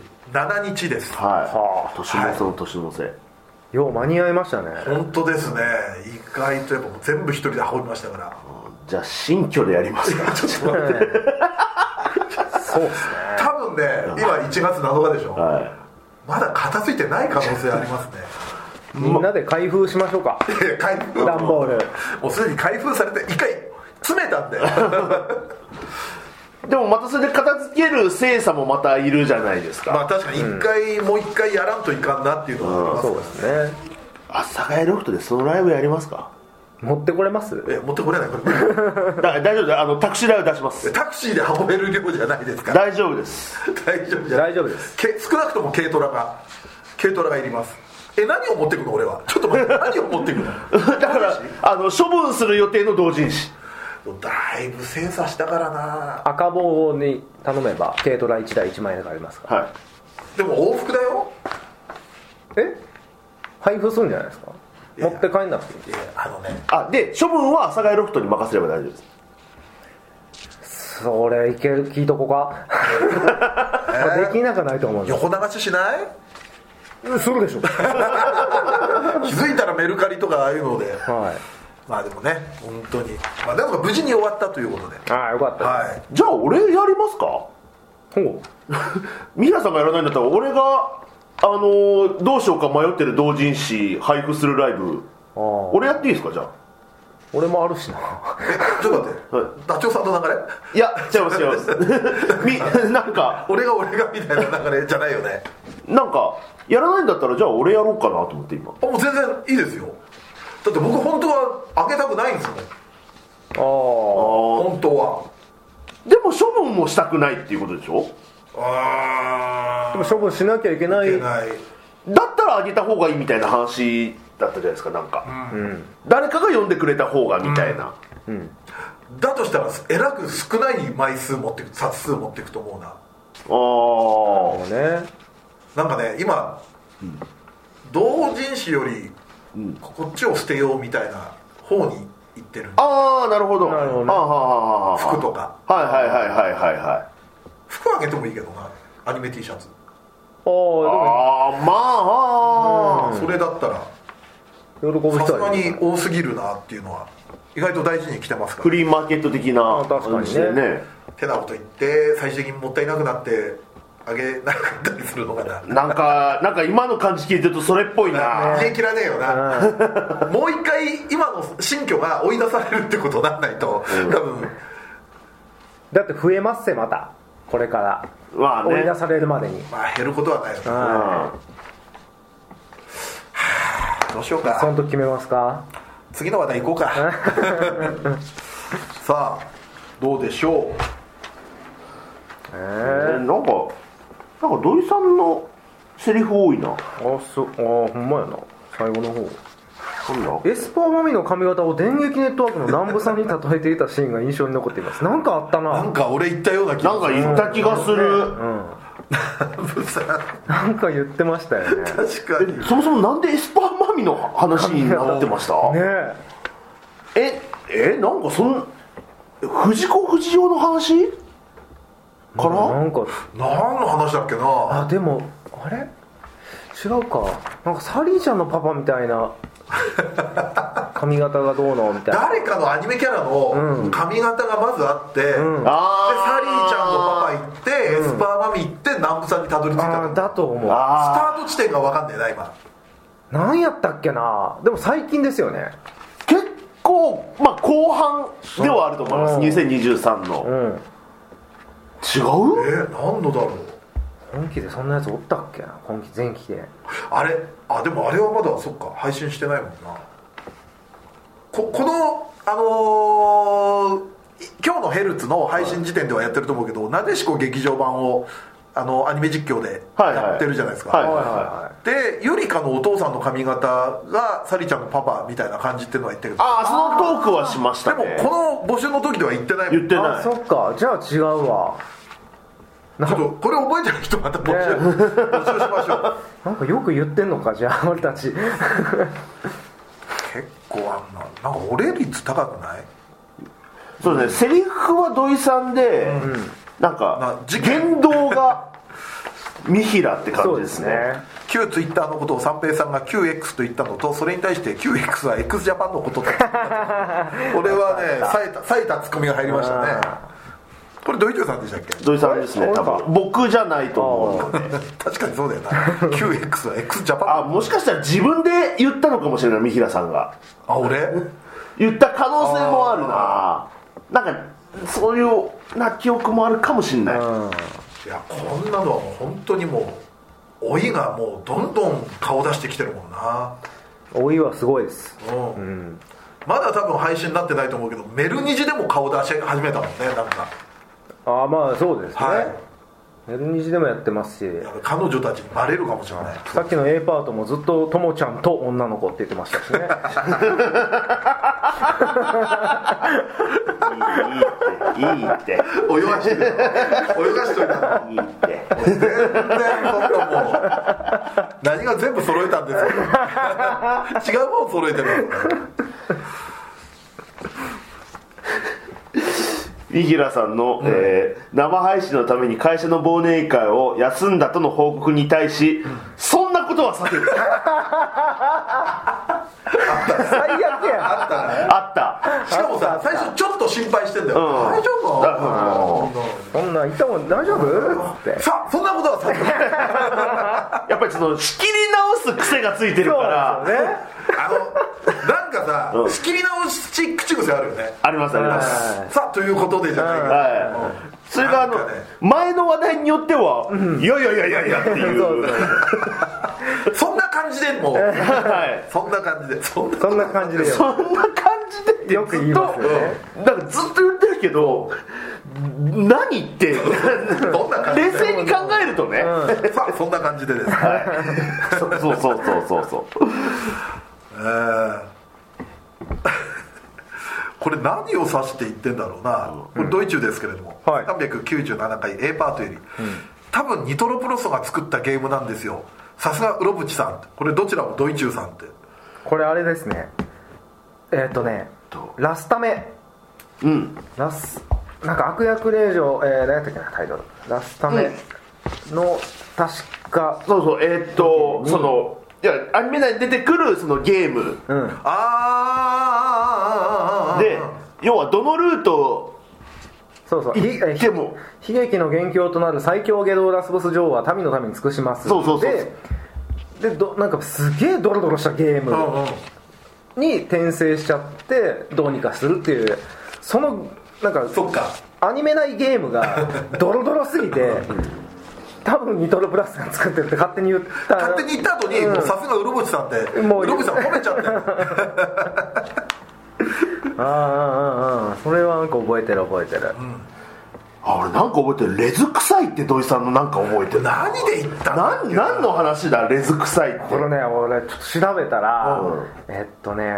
Speaker 1: 日です
Speaker 3: は
Speaker 2: はい
Speaker 3: 年の瀬の年の瀬
Speaker 2: よう間に合いました ね
Speaker 1: 本当ですね意外とやっぱもう全部一人で運びましたから
Speaker 3: じゃあ新居でやりますか
Speaker 1: ちょっと待って
Speaker 2: そうっすね
Speaker 1: 多分ね今1月7日でしょ、
Speaker 3: は
Speaker 1: まだ片付いてない可能性ありますね
Speaker 2: みんなで開封しましょうか
Speaker 1: いや 開封
Speaker 2: 段ボール
Speaker 1: もうすでに開封されて一回詰めたんで
Speaker 3: いでもまたそれで片付ける精査もまたいるじゃないですか、
Speaker 1: まあ確かに一回、もう一回やらんといかんなっていうのはあります
Speaker 2: そう
Speaker 1: か
Speaker 2: ですね
Speaker 3: 阿佐ヶ谷ロフトでそのライブやります か
Speaker 2: 持ってこれます
Speaker 1: らえ持ってこれないこれ
Speaker 3: だ大丈夫ですあのタクシー代を出し ます
Speaker 1: タクシーで運べる量じゃないですから
Speaker 3: 大丈夫です
Speaker 1: 大丈夫じゃない
Speaker 2: 大丈夫です
Speaker 1: け少なくとも軽トラが軽トラがいりますえ何を持ってくの俺はちょっと待 って何を持ってくの
Speaker 3: だからあの処分する予定の同人誌
Speaker 1: だいぶ精査したからな
Speaker 2: 赤棒に頼めば軽トラ1台1万円で買えますから
Speaker 3: は
Speaker 1: でも往復だよ
Speaker 2: え配布するんじゃないですか
Speaker 1: いや
Speaker 2: 持って帰んなくてい
Speaker 1: い
Speaker 2: い
Speaker 1: やあのね
Speaker 3: いあで処分は阿佐ヶ谷ロフトに任せれば大丈夫です
Speaker 2: それいける聞いとこ かできなくないと思うよ
Speaker 1: 横流ししない
Speaker 2: するでしょ
Speaker 1: 気づいたらメルカリとかああいうので
Speaker 2: はい
Speaker 1: まあでもね本当にまあでも無事に終わったということで
Speaker 2: ああよかった
Speaker 1: はい
Speaker 3: じゃあ俺やりますか
Speaker 2: ほう
Speaker 3: ミラさんがやらないんだったら俺があのーどうしようか迷ってる同人誌配布するライブ
Speaker 2: あー
Speaker 3: 俺やっていいですかじゃあ
Speaker 2: 俺もあるしな
Speaker 1: えちょっと待って、
Speaker 3: は
Speaker 1: ダチョウさんの流れ
Speaker 3: いや違います違います みなんか
Speaker 1: 俺が俺がみたいな流れじゃないよね
Speaker 3: なんかやらないんだったらじゃあ俺やろうかなと思って今
Speaker 1: あもう全然いいですよだって僕本当は開けたくないんですよ
Speaker 2: ああ
Speaker 1: 本当は
Speaker 3: でも処分もしたくないっていうことでしょ
Speaker 1: あ
Speaker 2: でも処分しなきゃいけない
Speaker 1: いけない
Speaker 3: だったらあげた方がいいみたいな話だったじゃないですかなんか、誰かが読んでくれた方がみたいな、
Speaker 1: だとしたらえらく少ない枚数持ってく冊数持ってくと思うな
Speaker 3: ああ
Speaker 2: もうね
Speaker 1: なんかね今、同人誌よりこっちを捨てようみたいな方に行ってる
Speaker 3: ああなるほど
Speaker 2: なるほどね
Speaker 3: あーはあはあはあ
Speaker 1: 服とか
Speaker 3: はいはいはいはいはいはい
Speaker 1: 服あげてもいいけどなアニメ T シャツ、
Speaker 2: ああ
Speaker 3: ああまああ
Speaker 1: それだったら
Speaker 2: でも喜ぶ
Speaker 1: さす
Speaker 2: 人
Speaker 1: が
Speaker 2: はいる
Speaker 1: に多すぎるなっていうのは意外と大事に来てます
Speaker 3: ー
Speaker 1: か
Speaker 3: フ
Speaker 1: ら
Speaker 3: リーマーケット的な
Speaker 2: あ確かにね
Speaker 3: 感じでね
Speaker 1: 手なこと言って最終的にもったいなくなってあげなかったりするのかな
Speaker 3: なんかなんか今の感じ聞いてるとそれっぽいな、
Speaker 1: 家切らねえよな、もう一回今の新居が追い出されるってことになんないと、多分
Speaker 2: だって増えますせまたこれから
Speaker 3: まあね
Speaker 2: 追い出されるまでに
Speaker 1: まあ減ることはないよな
Speaker 2: は
Speaker 1: どうしよう
Speaker 2: いその
Speaker 1: か
Speaker 2: 時決めますか
Speaker 1: 次の話題行こうか さあどうでしょう
Speaker 2: ええ
Speaker 3: うんなんかなんか土井さんのセリフ多いな
Speaker 2: あそあほんまやな最後の方
Speaker 3: なんだ
Speaker 2: エスパーマミの髪型を電撃ネットワークの南部さんに例えていたシーンが印象に残っていますなんかあった
Speaker 1: な
Speaker 2: なん
Speaker 1: か俺言ったような気が
Speaker 3: なんか言った気がする、
Speaker 1: さ
Speaker 2: なんか言ってましたよね
Speaker 1: 確かに
Speaker 3: そもそもなんでエスパーマミの話になってました
Speaker 2: ね
Speaker 3: ええなんかそん藤子不二雄の話か
Speaker 2: えな
Speaker 3: ら
Speaker 2: んか
Speaker 1: 何の話だっけな
Speaker 2: あでもあれ違うかなんかサリーちゃんのパパみたいな髪型がどうのみたいな
Speaker 1: 誰かのアニメキャラの髪型がまずあって、でサリーちゃんのパパ行っって、スパーマミ行って南部さんにたどり着いたと
Speaker 2: あ
Speaker 1: 思
Speaker 2: ー
Speaker 1: う
Speaker 2: だと思う
Speaker 1: スタ
Speaker 3: ああ
Speaker 1: ート地点が分かんないな今
Speaker 2: 何やったっけなでも最近ですよね
Speaker 3: 結構まあ後半ではあると思います、
Speaker 2: うん
Speaker 3: 2023の、
Speaker 2: うん
Speaker 1: え
Speaker 3: 違う
Speaker 1: ー、何度だろう
Speaker 2: 今期でそんなやつおったっけな今期前期で
Speaker 1: あれあでもあれはまだそっか配信してないもんなここのあのーい今日のヘルツの配信時点ではやってると思うけどなでしこ劇場版をあのアニメ実況で
Speaker 3: はいはい
Speaker 1: やってるじゃないですか、
Speaker 3: はいはい
Speaker 2: は
Speaker 1: でゆりかのお父さんの髪型がサリちゃんのパパみたいな感じっていうのは言ってるけど
Speaker 3: ああそのトークはしましたね
Speaker 1: でもこの募集の時では言ってないもん
Speaker 3: 言って
Speaker 2: い
Speaker 3: な
Speaker 2: あ
Speaker 3: い
Speaker 2: そっかじゃあ違うわ
Speaker 1: ちょっとこれ覚えてる人また募集,、募集しましょう
Speaker 2: なんかよく言ってんのかじゃあ俺たち
Speaker 1: 結構あんななんか俺率高くない
Speaker 3: そうですねセリフは土井さんで、なんか
Speaker 1: な事件
Speaker 3: 言動が三平って感
Speaker 2: そう
Speaker 3: じ
Speaker 2: で
Speaker 3: ですす
Speaker 2: ね
Speaker 3: ね
Speaker 1: 旧ツイッターのことを三平さんが QX と言ったのとそれに対して QX は x ジャパンのこと だこれはね冴えた冴えたツッコミが入りましたねこれドイツさんでした っけ
Speaker 3: 土井さんですね
Speaker 2: 俺
Speaker 3: 多
Speaker 2: か
Speaker 3: 分僕じゃないと思うので
Speaker 1: 確かにそうだよな QX は x ジャパン
Speaker 3: あもしかしたら自分で言ったのかもしれない三平さんが
Speaker 1: あ俺
Speaker 3: 言った可能性もあるななんかそういうな記憶もあるかもしれない、
Speaker 1: いやこんなのはもう本当にもう老いがもうどんどん顔出してきてるもんな
Speaker 2: 老いはすごいです
Speaker 1: うん、まだ多分配信になってないと思うけどメルニジでも顔出し始めたもんねなんか
Speaker 2: ああまあそうですね、
Speaker 1: はい
Speaker 2: メルニジでもやってますし
Speaker 1: やっぱ彼女たちにバレるかもしれない
Speaker 2: さっきの A パートもずっとともちゃんと女の子って言ってましたしね
Speaker 3: いいっていいって
Speaker 1: 泳がしてる泳がしといたの
Speaker 3: いいって
Speaker 1: 全然 そんなもう何が全部揃えたんですか違うもん揃えてる
Speaker 3: 三平さんの、えー生配信のために会社の忘年会を休んだとの報告に対し、そんなことは避ける
Speaker 2: 最悪や
Speaker 3: あった
Speaker 1: しかもさ最初ちょっと心配してんだよ、
Speaker 3: うん
Speaker 1: 大丈夫
Speaker 2: そんなんいたもん大丈夫って
Speaker 1: さあそんなことはさ
Speaker 3: やっぱりその仕切り直す癖がついてるから、
Speaker 2: そうですよね
Speaker 1: あのなんかさ、
Speaker 3: うん
Speaker 1: 仕切り直し口癖あるよね
Speaker 3: ありますあります、
Speaker 2: は
Speaker 1: さあということでじゃないか
Speaker 3: はいそれがあの、
Speaker 1: なんかね
Speaker 3: 前の話題によっては、いやいやいやいやいやっていう
Speaker 2: そうそう
Speaker 1: そんな感じで もう
Speaker 3: はい
Speaker 1: そんな感じでそんな
Speaker 2: そんな感じで
Speaker 3: そんな感じでって
Speaker 2: よく言いますよね
Speaker 3: ずっとなんかずっと言ってるけど何 って
Speaker 1: どんな感じ
Speaker 3: 冷
Speaker 1: で
Speaker 3: 静に考えるとね、
Speaker 1: さあそんな感じでですね、
Speaker 3: そうそうそうそうそうそう
Speaker 1: えー これ何を指して言ってんだろうな、これドイツですけれども、
Speaker 2: はい
Speaker 1: 397回 A パートより、多分ニトロプロソが作ったゲームなんですよさすがウロブチさんこれどちらもドイツさんって
Speaker 2: これあれですねえっ、とねラスタメ
Speaker 3: うん
Speaker 2: ラスなんか悪役令嬢、えー、何やったっけなタイトルラスタメの、確か
Speaker 3: そうそうえーっとそのいやアニメ内に出てくるそのゲーム
Speaker 2: うん
Speaker 1: あーあーあーあーあーあー
Speaker 3: で要はどのルート
Speaker 2: そうそうひえひ
Speaker 3: でも
Speaker 2: 悲劇の元凶となる最強ゲドラスボス女王は民のために尽くします
Speaker 3: そうそうそう
Speaker 2: ででどなんかすげえドロドロしたゲー
Speaker 1: うん
Speaker 2: ム
Speaker 1: うん
Speaker 2: に転生しちゃってどうにかするっていうそのなんか
Speaker 1: そっか
Speaker 2: アニメないゲームがドロドロすぎて多分ニトロプラスが作ってるって勝手に言った
Speaker 1: 勝手に言った後に、
Speaker 2: うん
Speaker 1: もうさすがウロブチさんって
Speaker 2: もう
Speaker 1: ウロブチさん褒めち ゃってる
Speaker 2: ああうんうんうんそれはなんか覚えてる覚えてる、
Speaker 3: あ俺なんか覚えてるレズ臭いって土井さんのなんか覚えてるな
Speaker 1: 何で言ったの
Speaker 3: 何何の話だレズ臭いって
Speaker 2: これね俺ちょっと調べたら、
Speaker 3: うん
Speaker 2: えっとね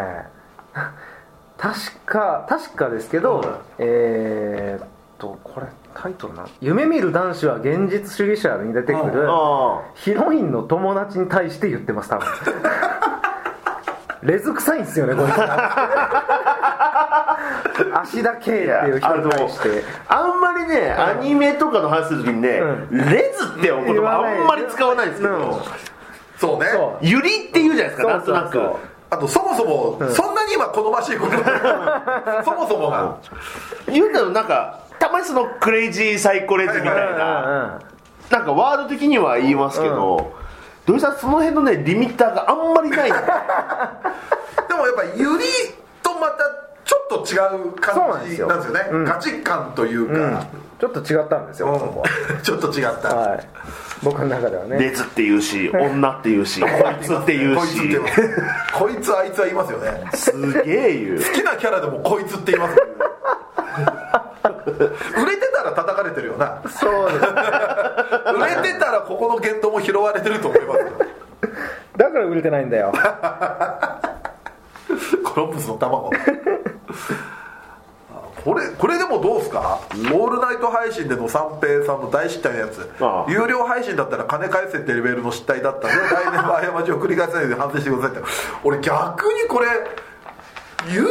Speaker 2: 確か確かですけど、えーっとこれタイトルな夢見る男子は現実主義者に出てくる、
Speaker 3: あ
Speaker 2: ヒロインの友達に対して言ってます多分 レズ臭いんですよね これ芦田圭って
Speaker 3: いや
Speaker 2: いう
Speaker 3: あ
Speaker 2: 人
Speaker 3: の
Speaker 2: に対して
Speaker 3: あんまりね、アニメとかの話するときにね、
Speaker 2: う
Speaker 3: レズっていう言
Speaker 2: 言わ
Speaker 3: 葉
Speaker 2: ない
Speaker 3: あんまり使わないんですけ
Speaker 2: うん
Speaker 3: ど、
Speaker 1: そうね
Speaker 2: そう
Speaker 3: ゆりって言うじゃないですか、なんとなく。
Speaker 2: そう
Speaker 1: あとそもそ も、そんなに今好ましいことそもそもが、
Speaker 3: 言うたらなんかたまにそのクレイジーサイコレズみたい
Speaker 1: はいは
Speaker 3: ななんかワード的には言いますけど、土井さんその辺のねリミッターがあんまり ないんで
Speaker 1: でもやっぱゆりとまたちょっと違う
Speaker 2: そうな
Speaker 1: 感
Speaker 2: んで
Speaker 1: じ
Speaker 2: すよ
Speaker 1: なんですよね
Speaker 2: うん
Speaker 1: 価値観という
Speaker 2: うん
Speaker 1: か、
Speaker 2: ちょっと違ったんですよ、
Speaker 1: うん
Speaker 2: そこ
Speaker 1: ちょっと違った、
Speaker 2: ははい僕の中ではね
Speaker 3: 熱っていうし女っていうし こいつっていう
Speaker 1: こいつって言い
Speaker 3: し
Speaker 1: ますこいつあいつは言いますよね
Speaker 3: すげえ言う
Speaker 1: 好きなキャラでもこいつって言いますよね売れてたら叩かれてるよな
Speaker 2: そうで
Speaker 1: 売
Speaker 2: す
Speaker 1: れてたらここの言動も拾われてると思いますよ
Speaker 2: だから売れてないんだよ
Speaker 1: コロンブスの卵 これこれでもどうすか、オールナイト配信での三平さんの大失態のやつ
Speaker 3: ああ
Speaker 1: 有料配信だったら金返せってレベルの失態だった ので来年は過ちを繰り返さないで反省してくださいって俺逆にこれ有料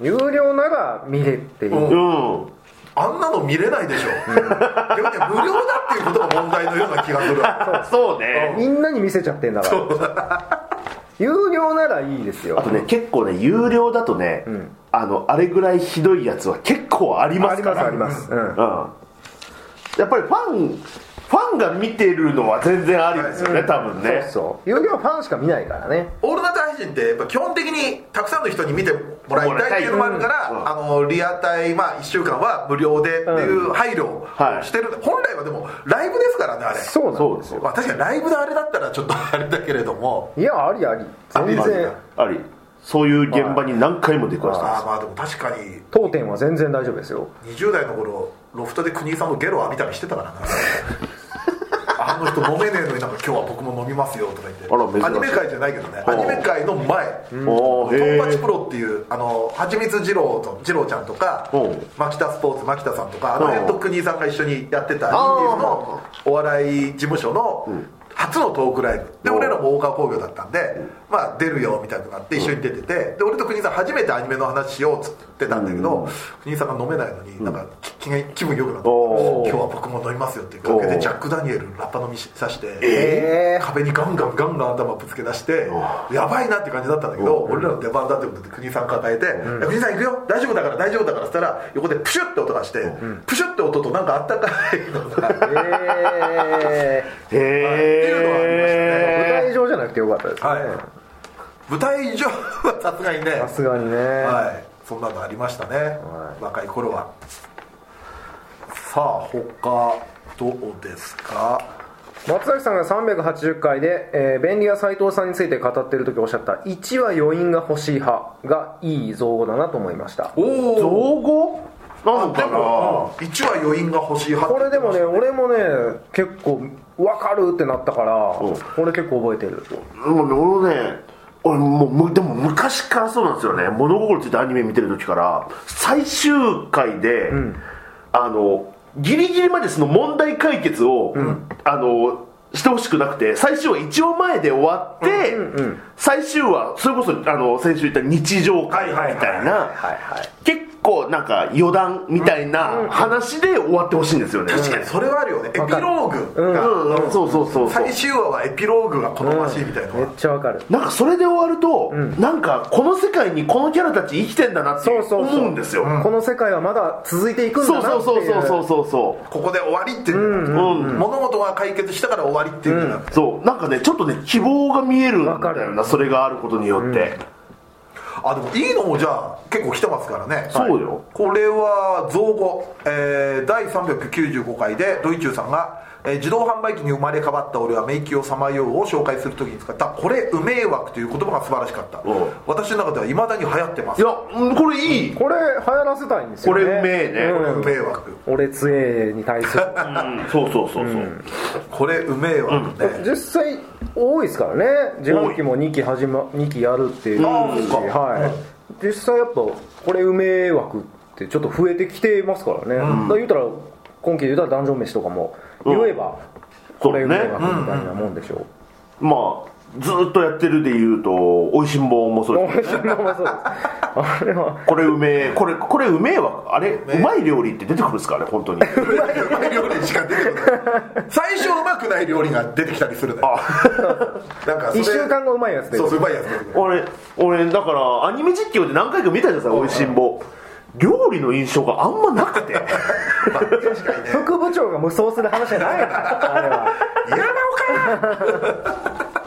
Speaker 2: 有料なら見れっていう、
Speaker 1: うん
Speaker 3: うん
Speaker 1: あんなの見れないでしょ、逆に無料だっていうことが問題のような気がする
Speaker 3: そうね
Speaker 2: みんなに見せちゃってんだから有料ならいいですよ
Speaker 3: あとね結構ね有料だとね、あのあれぐらいひどいやつは結構ありま
Speaker 2: あり
Speaker 3: すか
Speaker 2: ます
Speaker 3: ら
Speaker 2: あります、うん
Speaker 3: うん、やっぱりファンファンが見てるのは全然ありですよね、多分ね
Speaker 2: そう有料ファンしか見ないからね
Speaker 1: オールナイト配信ってやっぱ基本的にたくさんの人に見てもらいたいっていうのもあるから、
Speaker 3: うん
Speaker 1: あのリアタイ、まあ、1週間は無料でっていう配慮を
Speaker 3: はい
Speaker 1: してる、本来はでもライブですからねあれ
Speaker 2: そうなんです
Speaker 3: そう
Speaker 2: よ
Speaker 1: まあ、確かにライブであれだったらちょっとあれだけれども
Speaker 2: いやありあり全
Speaker 1: あり
Speaker 2: 然
Speaker 1: あ
Speaker 3: ありそういう現場に何回も出くわしたんで
Speaker 1: ああ
Speaker 3: す
Speaker 1: まあでも確かに
Speaker 2: 当店は全然大丈夫ですよ
Speaker 1: 20代の頃ロフトで国井さんのゲロを浴びたりしてたからなあの人飲めねえのになんか今日は僕も飲みますよとか
Speaker 3: あら
Speaker 1: 言ってアニメ
Speaker 3: 珍しい
Speaker 1: 界じゃないけどね
Speaker 3: おう
Speaker 1: アニメ界の前
Speaker 3: おうへえ
Speaker 1: トンパチプロっていうあのはちみつ二郎と二郎ちゃんとか
Speaker 3: おう
Speaker 1: 牧田スポーツ牧田さんとかあの辺と
Speaker 3: おう
Speaker 1: 国井さんが一緒にやってたインディーズ
Speaker 3: あ
Speaker 1: のお笑い事務所の初のトークライブで
Speaker 3: おう
Speaker 1: 俺らも大川工業だったんで、まあ、出るよみたいになって一緒に出ててで俺と国井さん初めてアニメの話しようっつってたんだけど、国井さんが飲めないのになんかき気が気分良くなって
Speaker 3: お
Speaker 1: 今
Speaker 3: ー
Speaker 1: 日は僕も飲みますよっていうわけ
Speaker 3: お
Speaker 1: で
Speaker 3: ー
Speaker 1: ジャック・ダニエルラッパ飲みさして、
Speaker 2: えー
Speaker 1: 壁にガンガンガンガン頭ぶつけ出してやばいなって感じだったんだけど俺らの出番だってことで国井さん抱えて「いや国井さん行くよ大丈夫だから大丈夫だから」っつったら横でプシュッて音がしてプシュッて音となんかあったかいのが
Speaker 2: え
Speaker 3: へ
Speaker 2: ー、舞
Speaker 3: え
Speaker 2: 台上じゃなくてよかったですね、
Speaker 1: はい舞台上はさすがにね
Speaker 2: さすがにね、
Speaker 1: はい、そんなのありましたね、
Speaker 2: い
Speaker 1: 若い頃はさあ他どうですか
Speaker 2: 松崎さんが380回で、えー便利屋斎藤さんについて語ってる時おっしゃった「1は余韻が欲しい派」がいい造語だなと思いました
Speaker 1: お
Speaker 3: 造
Speaker 1: お
Speaker 3: 語なの
Speaker 1: で
Speaker 3: かな
Speaker 1: も1は余韻が欲しい派
Speaker 2: これでもね俺もね結構分かるってなったから
Speaker 3: うん
Speaker 2: 俺結構覚えてる
Speaker 3: もうね俺ね俺もうむでも昔からそうなんですよね物心ついてアニメ見てる時から最終回で、あのギリギリまでその問題解決を、あのしてほしくなくて最終話一応前で終わって、最終話それこそあの先週言った日常会みたいな結構なんか余談みたいな話で終わってほしいんですよね、
Speaker 1: 確かにそれはあるよねエピロ
Speaker 2: かる
Speaker 1: ーグが、
Speaker 3: うんうんそうそうそうそう
Speaker 1: 最終話はエピローグが好ましいみたいなの
Speaker 2: めっ
Speaker 1: は、
Speaker 2: ちゃ分かる
Speaker 3: なんかそれで終わると、なんかこの世界にこのキャラたち生きてんだなって
Speaker 2: そうそうそう
Speaker 3: 思うんですよ
Speaker 2: この世界はまだ続いていくん
Speaker 3: そ
Speaker 2: だ
Speaker 3: う
Speaker 2: な
Speaker 3: そ
Speaker 2: っ
Speaker 3: う
Speaker 2: て
Speaker 3: そ
Speaker 2: いう
Speaker 3: うそうそうそうそ
Speaker 1: ここで終わりっていうんじゃなくて、
Speaker 3: うんうん
Speaker 1: 物事が解決したから終わりっていうんじゃなくて、
Speaker 3: うそうなんかねちょっとね希望が見えるんだ
Speaker 2: わか
Speaker 3: よ
Speaker 2: る
Speaker 3: なそれがあることによって、
Speaker 1: あでもいいのもじゃあ結構来てますからね
Speaker 3: そうよ
Speaker 1: これは造語、えー、第395回でドイチューさんが、えー自動販売機に生まれ変わった俺は迷宮をさまよう」を紹介するときに使った「これうめえ枠」という言葉が素晴らしかった
Speaker 3: おう
Speaker 1: 私の中ではいまだに流行ってます
Speaker 3: いやうんこれいい、
Speaker 2: これ流行らせたいんですよ
Speaker 3: これ
Speaker 2: ね
Speaker 3: うめえね、
Speaker 1: これ
Speaker 2: うん
Speaker 1: うめえ枠
Speaker 2: 俺強えに対する
Speaker 3: うんそうそうそうそう、
Speaker 1: これうめえ枠ね、
Speaker 2: 実際多いですからね自販機も2期始、ま、二期やるっていうし、
Speaker 1: あーそうか
Speaker 2: はい、実際やっぱこれうめえ枠ってちょっと増えてきてますからね、だから言うたら今期で言うたらダンジョン飯とかも言えば、これうめえ枠みたいなもんでしょう
Speaker 3: まあずーっとやってるで言うと「おいしんぼ」もそう
Speaker 2: 美
Speaker 3: です
Speaker 2: 味しいのも そうですあれは
Speaker 3: これうめえこれこれうめえわあれうまい料理って出てくるんですかね本当に
Speaker 1: うまい料理しか出てこない最初うまくない料理が出てきたりするのよなんかそれ
Speaker 2: 1週間後うまいやつで
Speaker 1: そうそううまいやつ出てくる
Speaker 3: 俺俺だからアニメ実況で何回か見たじゃないですか「おいしんぼ」料理の印象があんまなくて
Speaker 2: 副部長が無双する話じゃないのあれ は
Speaker 1: やなおか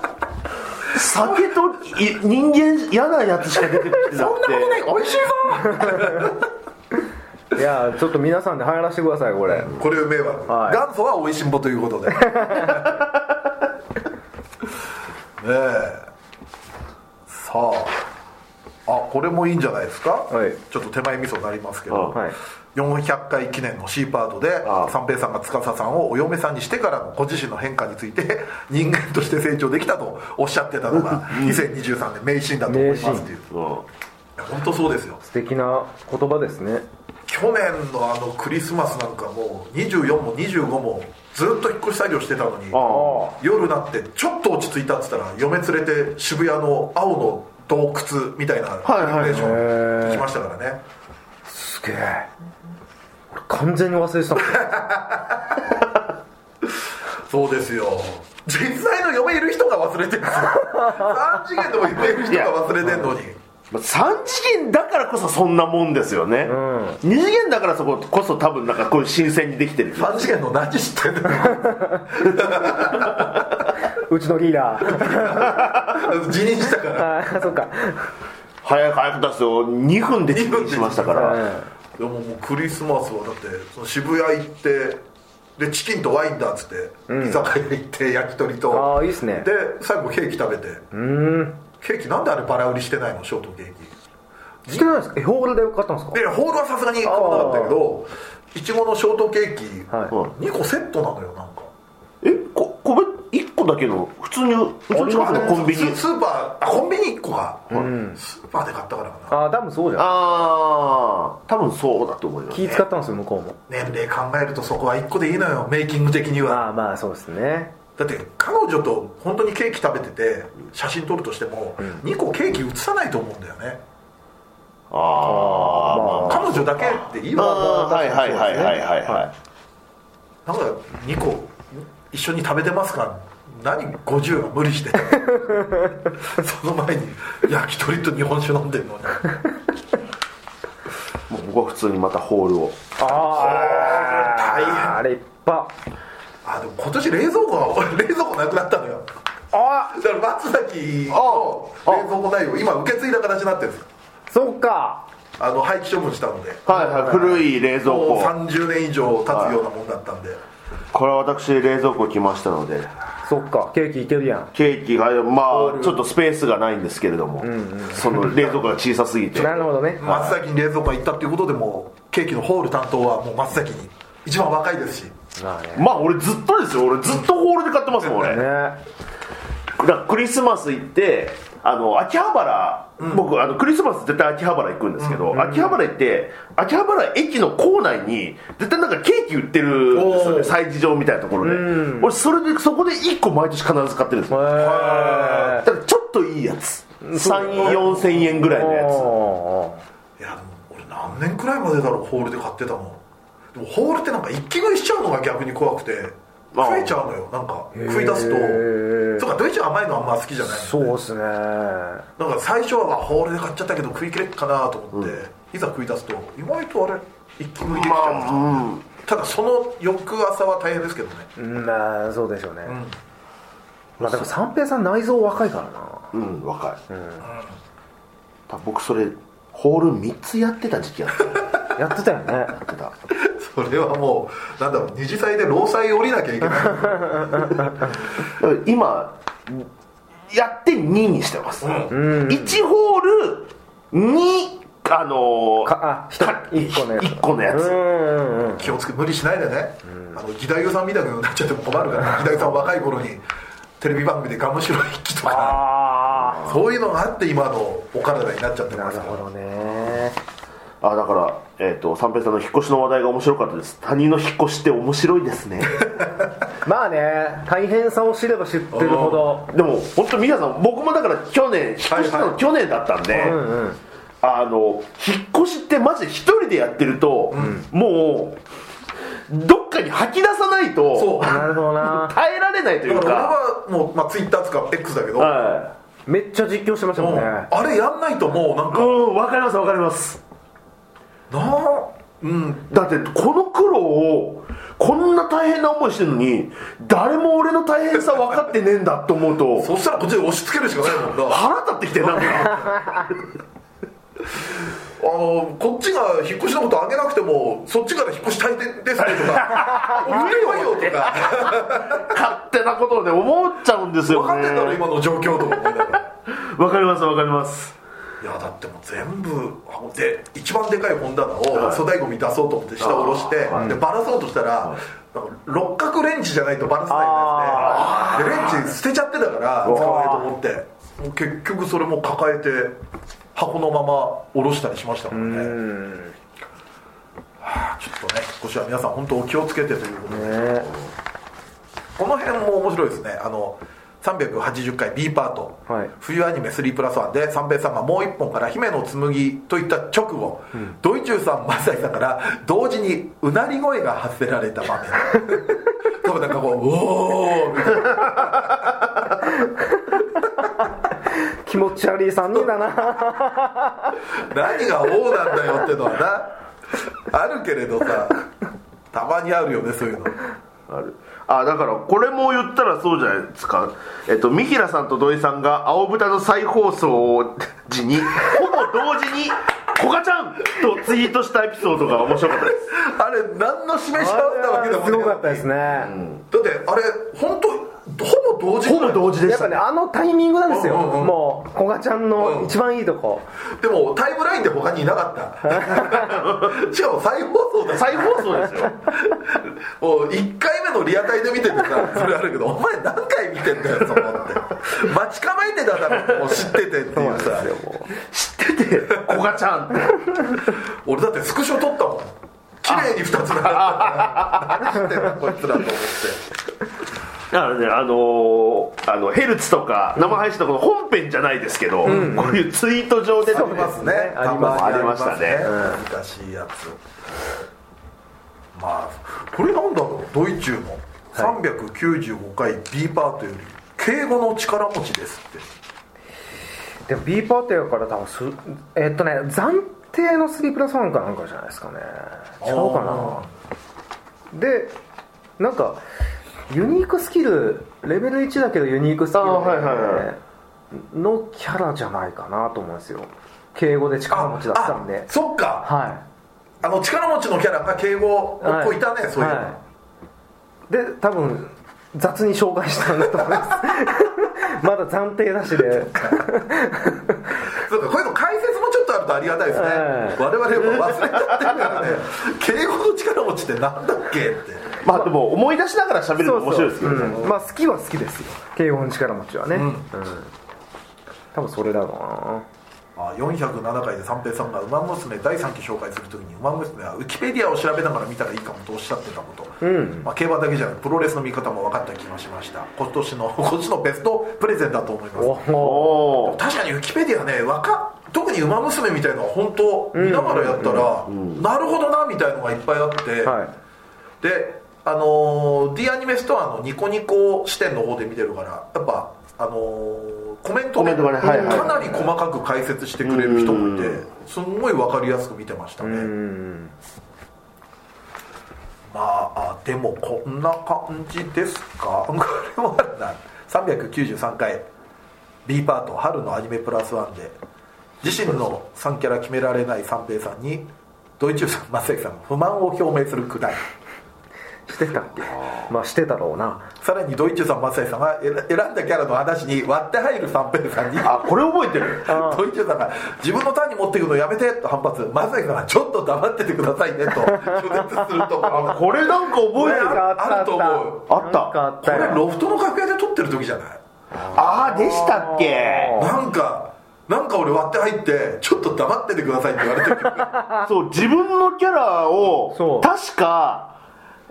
Speaker 3: 酒とい人間嫌なやつしか出てきて
Speaker 1: そ
Speaker 3: な
Speaker 1: んな
Speaker 3: く
Speaker 1: ことない
Speaker 3: て
Speaker 1: 美味しいぞ
Speaker 2: いやちょっと皆さんで流行らせてくださいこれ
Speaker 1: これ名は、
Speaker 2: はい
Speaker 1: 元祖は美味しんぼというこ とでねえさああこれもいいんじゃないですか、
Speaker 2: はい
Speaker 1: ちょっと手前味噌になりますけ
Speaker 3: うん
Speaker 1: ど、
Speaker 2: はい
Speaker 1: 400回記念の C パートで
Speaker 3: ああ
Speaker 1: 三平さんが司さんをお嫁さんにしてからのご自身の変化について 人間として成長できたとおっしゃってたのが2023年名シーンだと思いますっていうい
Speaker 3: うん
Speaker 1: や本当そうですよ
Speaker 2: 素敵な言葉ですね
Speaker 1: 去年のあのクリスマスなんかもう24も25もずっと引っ越し作業してたのに
Speaker 3: ああ
Speaker 1: 夜なってちょっと落ち着いたっつったら嫁連れて渋谷の青の洞窟みたいなイルミ
Speaker 3: いはい
Speaker 1: ネーション行きましたからね
Speaker 2: すげえ俺完全に忘れてたもん
Speaker 1: そうですよ実際の嫁いる人が忘れてるんですよ3次元でも嫁いる人が忘れてんのに
Speaker 3: まあ3次元だからこそそんなもんですよね、二2次元だからそここそ多分なんかこういう新鮮にできてる
Speaker 1: 3次元の何知ってんの
Speaker 2: うちのリーダー
Speaker 1: 辞任したから
Speaker 2: あ ーそっか
Speaker 3: 早く早く出すよ2分で
Speaker 1: 2分で
Speaker 3: しましたから
Speaker 1: でももうクリスマスはだってその渋谷行ってでチキンとワインだっつって、居酒屋行って焼き鳥と
Speaker 2: ああいいっすね
Speaker 1: で最後ケーキ食べてケーキなんであれバラ売りしてないのショートケーキ
Speaker 2: してないですかえホールで買ったんですか
Speaker 1: でホールはさすがに買わなかったけどいちごのショートケーキ、
Speaker 2: はい
Speaker 1: 2個セットなのよなんか
Speaker 3: えこ米1個だけの普通にうちの近くのコンビニ
Speaker 1: ススーパーあコンビニ1個が、スーパーで買ったからかな
Speaker 2: ああ多分そうじゃん
Speaker 3: ああ多分そうだと思います
Speaker 2: 気使ったんですよ向こうも
Speaker 1: 年齢考えるとそこは1個でいいのよメイキング的には
Speaker 2: まあまあそうですね
Speaker 1: だって彼女と本当にケーキ食べてて写真撮るとしても2個ケーキ写さないと思うんだよね
Speaker 3: ああまあ
Speaker 1: 彼女だけっていいわ
Speaker 3: あーはいはいはいはいはいは
Speaker 1: な
Speaker 3: い
Speaker 1: んか2個一緒に食べてますか何50は無理して その前に焼き鳥と日本酒飲んでるのに
Speaker 3: もう僕は普通にまたホールを
Speaker 2: あ
Speaker 1: 大
Speaker 2: あ
Speaker 1: 変
Speaker 2: あれいっぱ
Speaker 1: あでも今年冷蔵庫が冷蔵庫なくなったのよ
Speaker 2: あ
Speaker 1: だから松崎の
Speaker 3: ああ
Speaker 1: 冷蔵庫内容今受け継いだ形になってるんです
Speaker 2: そっか
Speaker 1: あの廃棄処分したので
Speaker 3: はいはい古い冷蔵
Speaker 1: もう
Speaker 3: 庫
Speaker 1: 30年以上経つようなもんだったんで、
Speaker 3: これは私冷蔵庫来ましたので
Speaker 2: そっかケーキいけるやん
Speaker 3: ケーキがまあちょっとスペースがないんですけれども、その冷蔵庫が小さすぎ て
Speaker 2: なるほどね
Speaker 1: 松崎に冷蔵庫が行ったっていうことでもうケーキのホール担当はもう松崎に一番若いですし
Speaker 2: まあね
Speaker 3: まあ俺ずっとですよ俺ずっとホールで買ってますもん俺だか
Speaker 2: ね
Speaker 3: らクリスマス行ってあの秋葉原、僕あのクリスマス絶対秋葉原行くんですけど、秋葉原行って秋葉原駅の構内に絶対なんかケーキ売ってるんですよ
Speaker 1: おー
Speaker 3: ね催事場みたいなところで、俺それでそこで1個毎年必ず買ってるんですよだからちょっといいやつ34000円ぐらいのやつ
Speaker 2: お
Speaker 1: いやでも俺何年くらいまでだろうホールで買ってたのでもホールってなんか一気食いしちゃうのが逆に怖くて
Speaker 3: ああ
Speaker 1: 食えちゃうのよなんか食い出す
Speaker 2: へ
Speaker 1: と
Speaker 2: え
Speaker 1: そうかドイツは甘いのあんま好きじゃない
Speaker 2: ーそうですね
Speaker 1: なんか最初はあホールで買っちゃったけど食い切れっかなと思って、いざ食い出すと意外とあれ一気食いできちゃう、ただその翌朝は大変ですけどね
Speaker 2: うんまあそうでしょうねまあでも三平さん内臓若いからな
Speaker 3: うん若い、多分僕それホール3つやってた時期やったや
Speaker 2: やってたよね
Speaker 3: ってた
Speaker 1: それはもうなんだろう二次祭で労災降りなきゃいけない
Speaker 3: だから今やって2にしてます、1ホール2あのー
Speaker 2: かあひと
Speaker 3: か
Speaker 2: 一個のやつ
Speaker 3: 一個のやつ
Speaker 2: うんうんうん
Speaker 1: 気をつけ無理しないでね、あの義太夫さんみたいになっちゃっても困るから義太夫さん若い頃にテレビ番組で「がむしろ一揆」とか
Speaker 2: あ
Speaker 1: そういうのがあって今のお体になっちゃって
Speaker 2: あな
Speaker 1: ます
Speaker 2: る
Speaker 1: か
Speaker 2: ほ
Speaker 1: ら
Speaker 2: どね
Speaker 3: あだから、えー、と三平さんの引っ越しの話題が面白かったです他人の引っ越しって面白いですね
Speaker 2: まあね大変さを知れば知ってるほど
Speaker 3: でも本当皆さん僕もだから去年引っ越した
Speaker 1: はい
Speaker 3: の
Speaker 1: はい
Speaker 3: 去年だったんで、
Speaker 2: うんうん
Speaker 3: あの引っ越しってマジで一人でやってると、もうどっかに吐き出さない
Speaker 1: そう
Speaker 3: と
Speaker 1: だか
Speaker 2: なるほどな
Speaker 3: 耐えられないとい
Speaker 1: ら
Speaker 3: う
Speaker 1: 俺
Speaker 3: か、
Speaker 1: はもう、まあ、Twitter とか X だけど、
Speaker 3: は
Speaker 2: めっちゃ実況してました
Speaker 1: も
Speaker 2: もん
Speaker 1: う
Speaker 2: ね
Speaker 1: あれやんないともうなん
Speaker 3: い、う
Speaker 1: か
Speaker 3: ん分かります分かります
Speaker 1: なあうん
Speaker 3: だってこの苦労をこんな大変な思いしてるのに誰も俺の大変さ分かってねえんだと思うと
Speaker 1: そしたらこっちで押し付けるしかないもんなあ
Speaker 3: 腹立ってきてなんか
Speaker 1: のこっちが引っ越しのことあげなくてもそっちから引っ越したいですねと か送ってこいよとか
Speaker 3: 勝手なことをね思っちゃうんですよ
Speaker 1: 分
Speaker 3: ね
Speaker 1: かってんだろ今の状況とか思いながら
Speaker 3: わかりますわかります
Speaker 1: いやだってもう全部あので一番でかい本棚を粗大ごみ出そうと思って下下ろして、でバラそうとしたら、なんか六角レンチじゃないとバラせないみたいですねでレンチ捨てちゃってたから使わないと思ってもう結局それも抱えて箱のまま下ろしたりしましたもんねはあちょっとね引っ越しは皆さん本当お気をつけてということで、この辺も面白いですねあの380回 B パート、
Speaker 2: はい
Speaker 1: 冬アニメ3プラス1で三平さんがもう一本から「姫の紬」といった直後、ドイチューさん松崎さんから同時にうなり声が発せられた 場面多分なんかこう「おお」みたいな
Speaker 2: 気持ち悪い3人だな
Speaker 1: 何が「王なんだよってのはなあるけれどさたまにあるよねそういうの
Speaker 3: あるあだからこれも言ったらそうじゃないですかえっと三平さんと土井さんが青豚の再放送時にほ ぼ同時に「こがちゃん!」とツイートしたエピソードが面白かったです
Speaker 1: あれ何の示し合わせたわけでも
Speaker 2: すご
Speaker 1: ね
Speaker 2: かったですね、
Speaker 1: だってあれ本当ほぼ同時
Speaker 3: ほぼ同時で
Speaker 2: や
Speaker 3: し
Speaker 2: っぱ
Speaker 3: た
Speaker 2: ねあのタイミングなんですよ、
Speaker 1: うんうんうん
Speaker 2: もう古賀ちゃんの一番いいとこ、
Speaker 1: でもタイムラインで他にいなか ったしかも再放送だし
Speaker 3: 再放送ですよ
Speaker 1: もう1回目のリアタイで見ててさそれあるけどお前何回見てんだよそこって待ち構えてただろもう知っててっていうさ
Speaker 3: 知ってて「こがちゃん」って
Speaker 1: 俺だってスクショ撮ったもん綺麗に2つ並んでたから 何してんだこいつらと思って
Speaker 3: だからねあのーあのヘルツとか生配信とかの本編じゃないですけど、こういうツイート上で
Speaker 1: ありますね
Speaker 2: あります
Speaker 1: たに
Speaker 3: ありま
Speaker 1: 難しいやつまあこれなんだろうドイツも395回 B パートより敬語の力持ちですって
Speaker 2: でも B パーティーから多分すえっとね暫定の3プラス1かなんかじゃないですかね違うかなでなんかユニークスキルレベル1だけどユニークスキル
Speaker 3: あーはいはいは
Speaker 2: のキャラじゃないかなと思うんですよ敬語で力持ちだったんで
Speaker 1: そっか
Speaker 2: は
Speaker 1: あの力持ちのキャラが敬語
Speaker 2: いは
Speaker 1: の子いたね、そういうの、
Speaker 2: はいで多分雑に紹介したんだと思いますまだ暫定なしで
Speaker 1: そうかこういうの解説もちょっとあるとありがたいですね、
Speaker 2: ええ
Speaker 1: 我々も忘れちゃってるからね敬語の力持ちってなんだっけって
Speaker 3: まあでも思い出しながら喋るの面白いですけどね
Speaker 2: うんまあ好きは好きですよ慶応の力持ちはね、うん多分それだろ
Speaker 1: あ407回で三平さんが「ウマ娘」第3期紹介するときに「ウマ娘」はウィキペディアを調べながら見たらいいかもとおっしゃってたこと、
Speaker 2: ん
Speaker 1: まあ、競馬だけじゃなくプロレスの見方も分かった気がしました今年の今年のベストプレゼンだと思いう
Speaker 2: なお
Speaker 1: ます
Speaker 2: お
Speaker 3: おー
Speaker 1: 確かにウィキペディアねわか特に「ウマ娘」みたいなのは本当見ながらやったら、なるほどなみたいのがいっぱいあって、
Speaker 2: はい
Speaker 1: であのー D アニメストアのニコニコ視点の方で見てるからやっぱあのーコメント
Speaker 3: コメントがねはいはいはい
Speaker 1: かなり細かく解説してくれる人もいてすんごい分かりやすく見てましたね
Speaker 2: うん
Speaker 1: まああでもこんな感じですか これもあるな393回 B パート「春のアニメプラスワンで自身の3キャラ決められない三平さんにドイチューさん松崎さんが不満を表明するくだり
Speaker 2: してたっけまあしてたろうな
Speaker 1: さらにドイツさん松井さんは選選んだキャラの話に割って入る三平さんに
Speaker 3: あこれ覚えてる
Speaker 1: ドイツさんが自分の単に持っていくのやめてと反発松井さんがちょっと黙っててくださいねと拒絶するとこ ろ
Speaker 3: これなんか覚えてる
Speaker 1: ああると思う
Speaker 3: あった
Speaker 2: なんかあ
Speaker 1: こ
Speaker 2: った
Speaker 1: れ
Speaker 2: よ
Speaker 1: ロフトの楽屋で撮ってる時じゃない
Speaker 3: ああでしたっけ
Speaker 1: なんかなんか俺割って入ってちょっと黙っててくださいって言われてる
Speaker 3: そう自分のキャラ
Speaker 2: そ
Speaker 3: を
Speaker 2: う
Speaker 3: 確か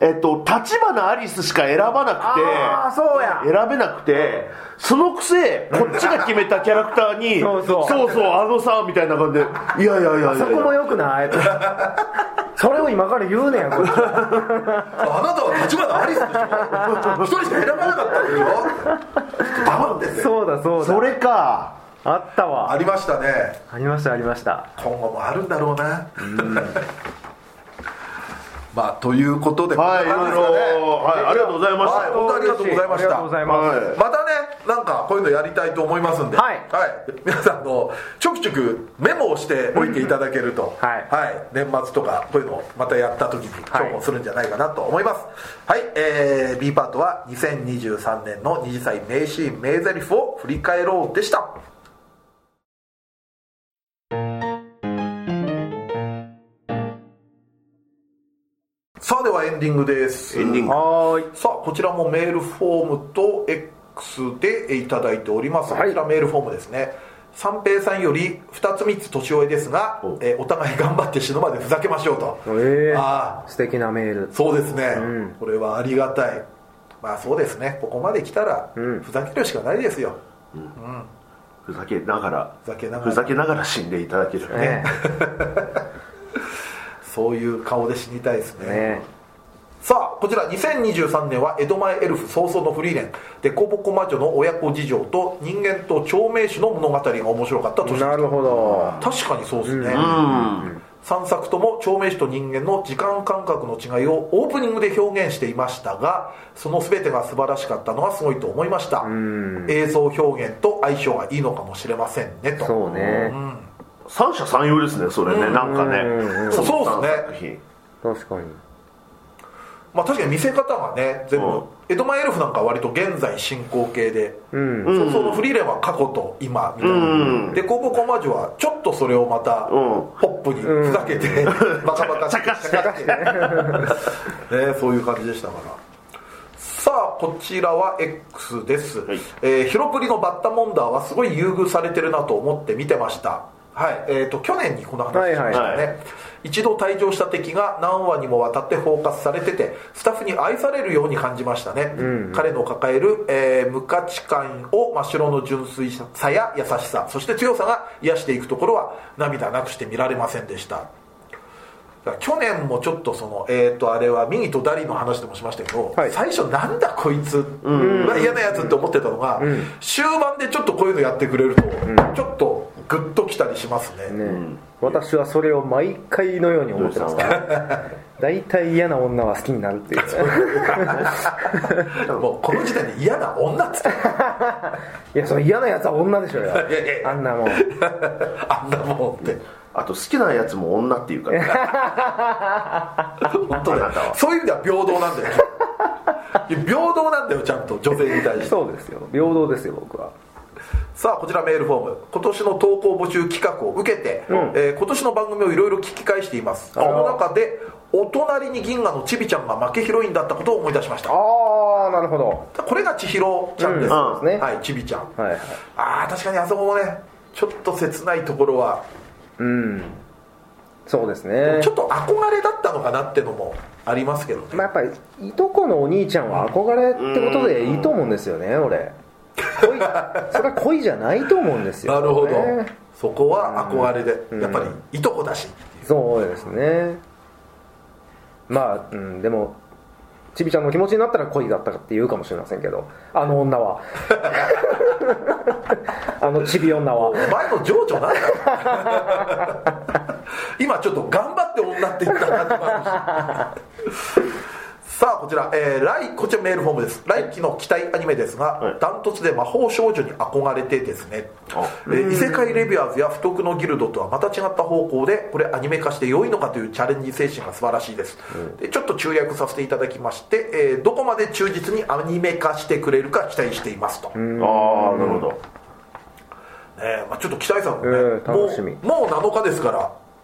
Speaker 3: えっと立花アリスしか選ばなくて
Speaker 2: あーそうや
Speaker 3: 選べなくてそのくせこっちが決めたキャラクターに
Speaker 2: そうそう
Speaker 3: そうそうあのさみたいな感じでいやいやいやいや
Speaker 2: そこもよくないそれを今から言うねんこっち
Speaker 1: あなたは立花アリスでしょ一人しか選ばなかったんでしょちょっと黙ってて
Speaker 2: そうだそうだ
Speaker 3: それか
Speaker 2: あったわ
Speaker 1: ありましたね
Speaker 2: ありましたありました
Speaker 1: 今後もあるんだろうな まあということで
Speaker 3: はい、い
Speaker 1: こんない
Speaker 3: ろ
Speaker 1: 感じですかね
Speaker 3: ろ、はい、ありがとうございました。
Speaker 1: はい本当ありがとうございました
Speaker 2: ありがとうございます、
Speaker 3: はい
Speaker 1: またねなんかこういうのやりたいと思いますんでは
Speaker 2: はい
Speaker 1: 皆さんあのちょくちょくメモをしておいていただけると、
Speaker 2: はい
Speaker 1: 年末とかこういうのをまたやった時に重宝するんじゃないかなと思いますはい、えー、B パートは2023年の二次祭名シーン名台詞を振り返ろうでしたさあではエンディングです
Speaker 3: エンディング。
Speaker 2: はーい
Speaker 1: さあこちらもメールフォームと X でいただいております、
Speaker 2: はい
Speaker 1: こちらメールフォームですね三平さんより2つ3つ年上ですが
Speaker 3: お
Speaker 1: お,、えーお互い頑張って死ぬまでふざけましょうと、
Speaker 2: ええ
Speaker 1: ああ
Speaker 2: 素敵なメール
Speaker 1: そうですね、
Speaker 2: ん
Speaker 1: これはありがたいまあそうですねここまで来たら
Speaker 2: うん
Speaker 1: ふざけるしかないですよ、
Speaker 3: ふざけながら、
Speaker 1: ふざけなが
Speaker 3: ふ
Speaker 1: ら
Speaker 3: ざけながら死んでいただけるね。
Speaker 2: ね
Speaker 1: そういう顔で死にたいです
Speaker 2: えね
Speaker 1: さあこちら2023年は江戸前エルフ早々のフリーレンデコボコ魔女の親子事情と人間と長命種の物語が面白かった年
Speaker 2: え
Speaker 1: でした
Speaker 2: なるほど
Speaker 1: 確かにそうですね、
Speaker 3: うん。
Speaker 1: 3作とも長命種と人間の時間感覚の違いをオープニングで表現していましたがその全てが素晴らしかったのはすごいと思いました映像表現と相性がいいのかもしれませんねと
Speaker 2: そうね
Speaker 3: 三者三様ですね、それね、なんか
Speaker 2: う
Speaker 3: ね。
Speaker 2: ん
Speaker 1: そうですね
Speaker 3: 作品。
Speaker 2: 確かに
Speaker 1: まあ確かに見せ方がね全
Speaker 3: うん
Speaker 1: 部江戸前エルフなんかは割と現在進行形で、
Speaker 2: うん
Speaker 1: そうそうフリーレンは過去と今みたいな、
Speaker 3: うん
Speaker 1: でコボコマジュはちょっとそれをまた
Speaker 3: うん
Speaker 1: ポップにふざけて、 バカバカし
Speaker 3: ちゃかして
Speaker 1: て ねそういう感じでしたからさあこちらは X です、
Speaker 3: はい
Speaker 1: えーヒロプリのバッタモンダーはすごい優遇されてるなと思って見てましたはいえー、と去年にこの話しましたね、
Speaker 3: はいはいは
Speaker 1: 一度退場した敵が何話にもわたってフォーカスされててスタッフに愛されるように感じましたね、彼の抱える、えー無価値観を真っ白の純粋さや優しさそして強さが癒していくところは涙なくして見られませんでしただから去年もちょっとそのえっ、とあれはミニとダリの話でもしましたけど、
Speaker 2: はい
Speaker 1: 最初なんだこいつ、うわ嫌なやつって思ってたのが、終盤でちょっとこういうのやってくれると、ちょっとグッときたりしますね
Speaker 2: ね私はそれを毎回のように
Speaker 3: ど
Speaker 2: 思っ
Speaker 3: うしてた
Speaker 2: ます
Speaker 3: の
Speaker 2: から 大体嫌な女は好きになるっていう
Speaker 1: もうこの時代で嫌な女っつって
Speaker 2: いやその嫌なやつは女でしょうよ
Speaker 1: いやいや
Speaker 2: あんなもん
Speaker 1: あんなもんって
Speaker 3: あと、好きなやつも女ってい うから。
Speaker 1: 本当だ
Speaker 3: あなた
Speaker 1: よ
Speaker 3: は
Speaker 1: そういう意味では平等なんだよいや平等なんだよちゃんと女性に対して
Speaker 2: そうですよ平等ですよ僕は
Speaker 1: さあこちらメールフォーム今年の投稿募集企画を受けて、
Speaker 2: ん
Speaker 1: えー今年の番組をいろいろ聞き返していますそ
Speaker 2: ら
Speaker 1: の中でお隣に銀河のちびちゃんが負けヒロインだったことを思い出しました
Speaker 2: ああなるほど
Speaker 1: これが千尋ちゃんです、
Speaker 3: うん
Speaker 2: そうですね
Speaker 1: はいちびちゃん、
Speaker 2: はいはい
Speaker 1: ああ確かにあそこもねちょっと切ないところは
Speaker 2: うんそうですね
Speaker 1: ちょっと憧れだったのかなってのもありますけどね、
Speaker 2: まあやっぱりいとこのお兄ちゃんは憧れってことでいいと思うんですよね俺恋それは恋じゃないと思うんですよ、
Speaker 1: なるほど、
Speaker 2: ね
Speaker 1: そこは憧れで、
Speaker 2: うん
Speaker 1: やっぱりいとこだし、
Speaker 2: そうですねまあ、うん、でもちびちゃんの気持ちになったら恋だったかって言うかもしれませんけどあの女 はあのちび女
Speaker 1: お
Speaker 2: は
Speaker 1: 前の情緒なんだろ今ちょっと頑張って女って言ったなって感じさあこちら、えー来こちらメールフォームです来期の期待アニメですが、
Speaker 3: はい
Speaker 1: ダントツで魔法少女に憧れてですね、
Speaker 3: あ
Speaker 1: えー異世界レビュアーズや不徳のギルドとはまた違った方向でこれアニメ化して良いのかというチャレンジ精神が素晴らしいです、でちょっと中略させていただきまして、えーどこまで忠実にアニメ化してくれるか期待していますと、
Speaker 3: ああ、なるほど。
Speaker 1: えーまあ、ちょっと期待さんもね、
Speaker 2: うん楽しみ
Speaker 1: もうもう7日ですか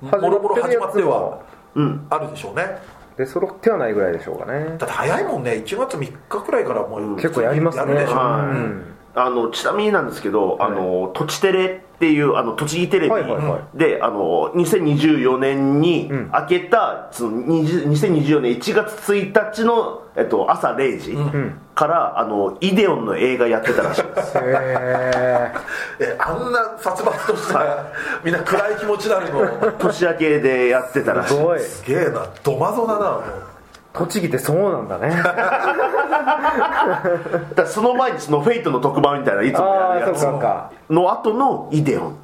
Speaker 1: らもろもろ始まっては
Speaker 3: うん。
Speaker 1: あるでしょうね
Speaker 2: で揃ってはないぐらいでしょうかね
Speaker 1: だって早いもんね1月3日くらいからもう
Speaker 2: 結構やりますね
Speaker 1: るでしょ
Speaker 3: はいあのちなみになんですけど、あのとちテレっていうあの栃木テレビで、
Speaker 2: はいはいは
Speaker 3: あの2024年に
Speaker 2: ん
Speaker 3: 明けた、その20 2024年1月1日の、えっと、朝0時から、あのイデオンの映画やってたらしい です
Speaker 2: へえ
Speaker 1: えあんな殺伐とした みんな暗い気持ちになるの
Speaker 3: 年明けでやってたらしい
Speaker 2: すごい
Speaker 1: すげえなドマゾだなもう
Speaker 2: 栃木ってそうなんだ ね
Speaker 3: だからその前にそのフェイトの特番みたいないつも
Speaker 2: あ
Speaker 3: や
Speaker 2: あそう
Speaker 3: るや
Speaker 2: か
Speaker 3: つ
Speaker 2: そうか
Speaker 3: の後のイデオン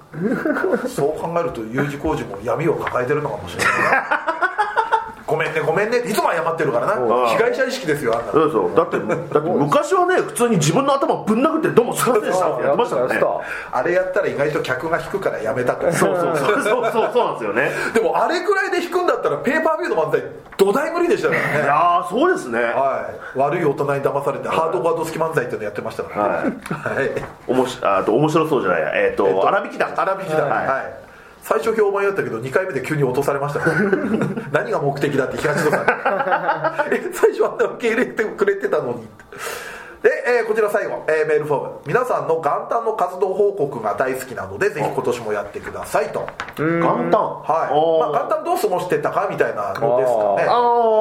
Speaker 1: そう考えると U 字工事も闇を抱えてるのかもしれないごめんねごめんねっていつも謝ってるから
Speaker 3: う
Speaker 1: な被害者意識ですよあんなの
Speaker 3: そうそうだってだって昔はね普通に自分の頭ぶん殴ってどうもすいませんでしたってやってましたからね
Speaker 2: やって
Speaker 1: あれやったら意外と客が引くからやめたと
Speaker 3: そうそうそうそうそうそうなんですよね
Speaker 1: でもあれくらいで引くんだったらペーパービューの漫才土台無理でしたから
Speaker 3: い
Speaker 1: ね
Speaker 3: やーそうですね
Speaker 1: はい、悪い大人に騙されてハードワード付き漫才っていうのやってましたからね、はい
Speaker 3: おもしああと面白そうじゃないやえっ、と、
Speaker 1: と
Speaker 3: 粗挽きだ
Speaker 1: 荒引きだ、
Speaker 3: は
Speaker 1: はいい最初評判だったけど2回目で急に落とされましたから 何が目的だって東野さんえ最初あんな受け入れてくれてたのにで、えーこちら最後、えーメールフォーム皆さんの元旦の活動報告が大好きなのでぜひ今年もやってくださいとはい、
Speaker 3: 元旦
Speaker 1: まあ、
Speaker 3: あ
Speaker 1: 元旦どう過ごしてたかみたいなのですかね
Speaker 3: ー、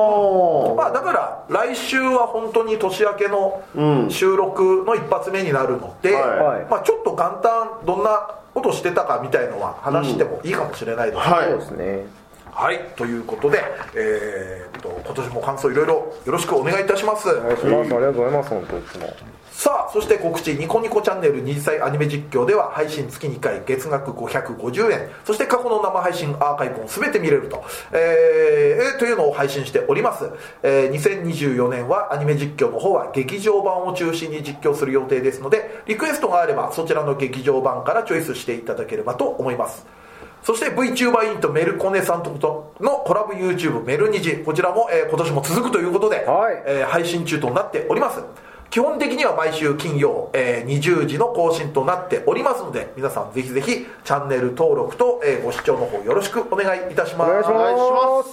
Speaker 3: あ
Speaker 1: まあ、だから来週は本当に年明け
Speaker 3: う
Speaker 1: の
Speaker 3: ん
Speaker 1: 収録の一発目になるので、
Speaker 3: はい
Speaker 1: まあ、ちょっと元旦どんなことしてたかみたいのは話してもいいかもしれないです、
Speaker 3: ーはい
Speaker 2: そうですね
Speaker 1: はいということで、えーっと今年も感想いろいろよろしくお願いいたします、
Speaker 2: お願いしますありがとうございます本当いつも
Speaker 1: さあそして告知ニコニコチャンネル二次祭アニメ実況では配信月2回月額550円そして過去の生配信アーカイブも全て見れると、えーえーというのを配信しております、えー2024年はアニメ実況の方は劇場版を中心に実況する予定ですのでリクエストがあればそちらの劇場版からチョイスしていただければと思いますそして VTuber インとメルコネさんとのコラボ YouTube メルニジこちらも、えー今年も続くということで、
Speaker 2: はい
Speaker 1: えー配信中となっております基本的には毎週金曜、えー20時の更新となっておりますので皆さんぜひぜひチャンネル登録と、えーご視聴の方よろしくお願いいたします
Speaker 2: お願いし
Speaker 3: 願いしま
Speaker 2: ま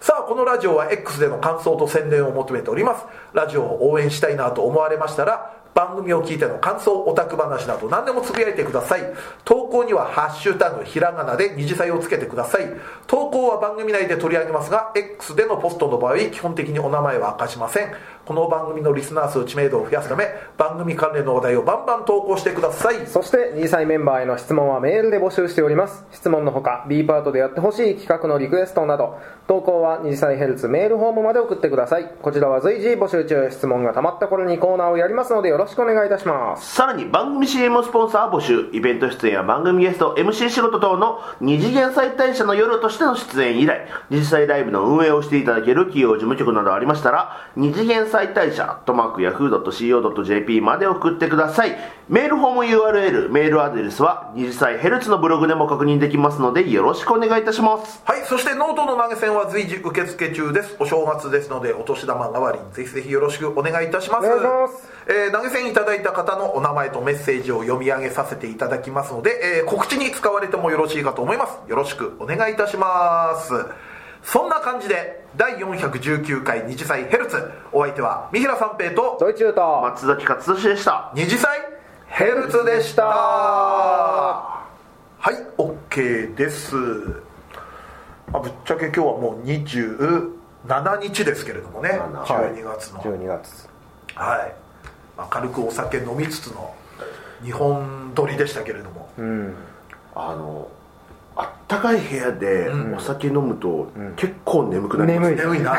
Speaker 2: す
Speaker 1: さあこのラジオは X での感想と宣伝を求めておりますラジオを応援したいなと思われましたら番組を聞いての感想オタク話など何でもつぶやいてください投稿には「ハッシュタグひらがな」で二次祭をつけてください投稿は番組内で取り上げますが X でのポストの場合基本的にお名前は明かしませんこの番組のリスナー数知名度を増やすため番組関連の話題をバンバン投稿してください
Speaker 2: そして2歳メンバーへの質問はメールで募集しております質問のほか B パートでやってほしい企画のリクエストなど投稿は2歳ヘルツメールフォームまで送ってくださいこちらは随時募集中質問がたまった頃にコーナーをやりますのでよろしくお願いいたします
Speaker 3: さらに番組 CM スポンサー募集イベント出演や番組ゲスト MC 仕事等の二次元再大社の夜としての出演以来二次元ライブの運営をしていただける企業事務局などありましたら二次元再大社とマーク Yahoo.co.jp まで送ってくださいメールフォーム URL メールアドレスは二次元ヘルツのブログでも確認できますのでよろしくお願いいたします
Speaker 1: はい、そしてノートの投げ銭は随時受付中です。お正月ですので、お年玉代わりにぜひぜひよろしくお願いいたします。
Speaker 2: お願いします
Speaker 1: えー投げ銭いただいた方のお名前とメッセージを読み上げさせていただきますので、えー告知に使われてもよろしいかと思います。よろしくお願いいたします。そんな感じで、第419回二次祭ヘルツ、お相手は三平三平と
Speaker 2: ドイチューと
Speaker 3: 松崎勝利でした
Speaker 1: 二次祭ヘルツでした。はい、OK です。まあ、ぶっちゃけ今日はもう27日ですけれどもね、12月の。はい
Speaker 2: 12月
Speaker 1: まあ、軽くお酒飲みつつの日本撮りでしたけれども、
Speaker 2: うん
Speaker 3: あのあったかい部屋でお酒飲むと結構眠くなります、ね
Speaker 2: 眠い
Speaker 1: 眠いな。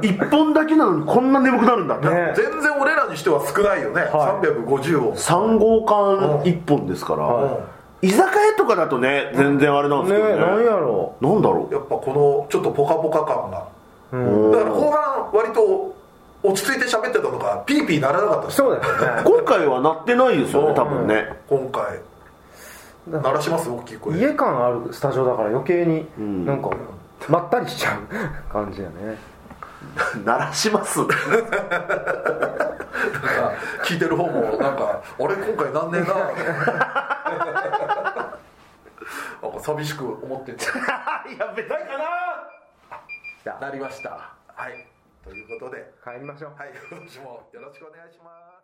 Speaker 3: 一本だけなのにこんな眠くなるんだって、
Speaker 2: ね
Speaker 1: 全然俺らにしては少ないよね、350を。
Speaker 3: 3号館1本ですから、居酒屋とかだとね全然あれなんで
Speaker 2: ね
Speaker 3: すけどね
Speaker 2: なんやろ
Speaker 3: なんだろ
Speaker 1: やっぱこのちょっとポカポカ感が。
Speaker 2: う、
Speaker 3: う、
Speaker 2: うん、
Speaker 1: だ
Speaker 3: う
Speaker 1: か
Speaker 3: ん
Speaker 1: ら後半割と落ち着いて喋ってたのがピーピーならなかったです
Speaker 2: そうだよね
Speaker 3: 今回は鳴ってないですよ
Speaker 1: う
Speaker 3: ね
Speaker 1: ん
Speaker 3: 多分ね、
Speaker 1: 今回
Speaker 2: だ
Speaker 1: 鳴らします大きい声
Speaker 2: 家感あるスタジオだから余計に
Speaker 3: ん
Speaker 2: なんかまったりしちゃう感じやね
Speaker 3: 鳴らします
Speaker 1: 聞いてる方もなんか「俺今回なんねえな」なんか寂しく思ってんじゃん
Speaker 3: やべないかな
Speaker 2: じゃあ
Speaker 1: なりましたはいということで
Speaker 2: 帰りましょう
Speaker 1: はい今年もよろしくお願いします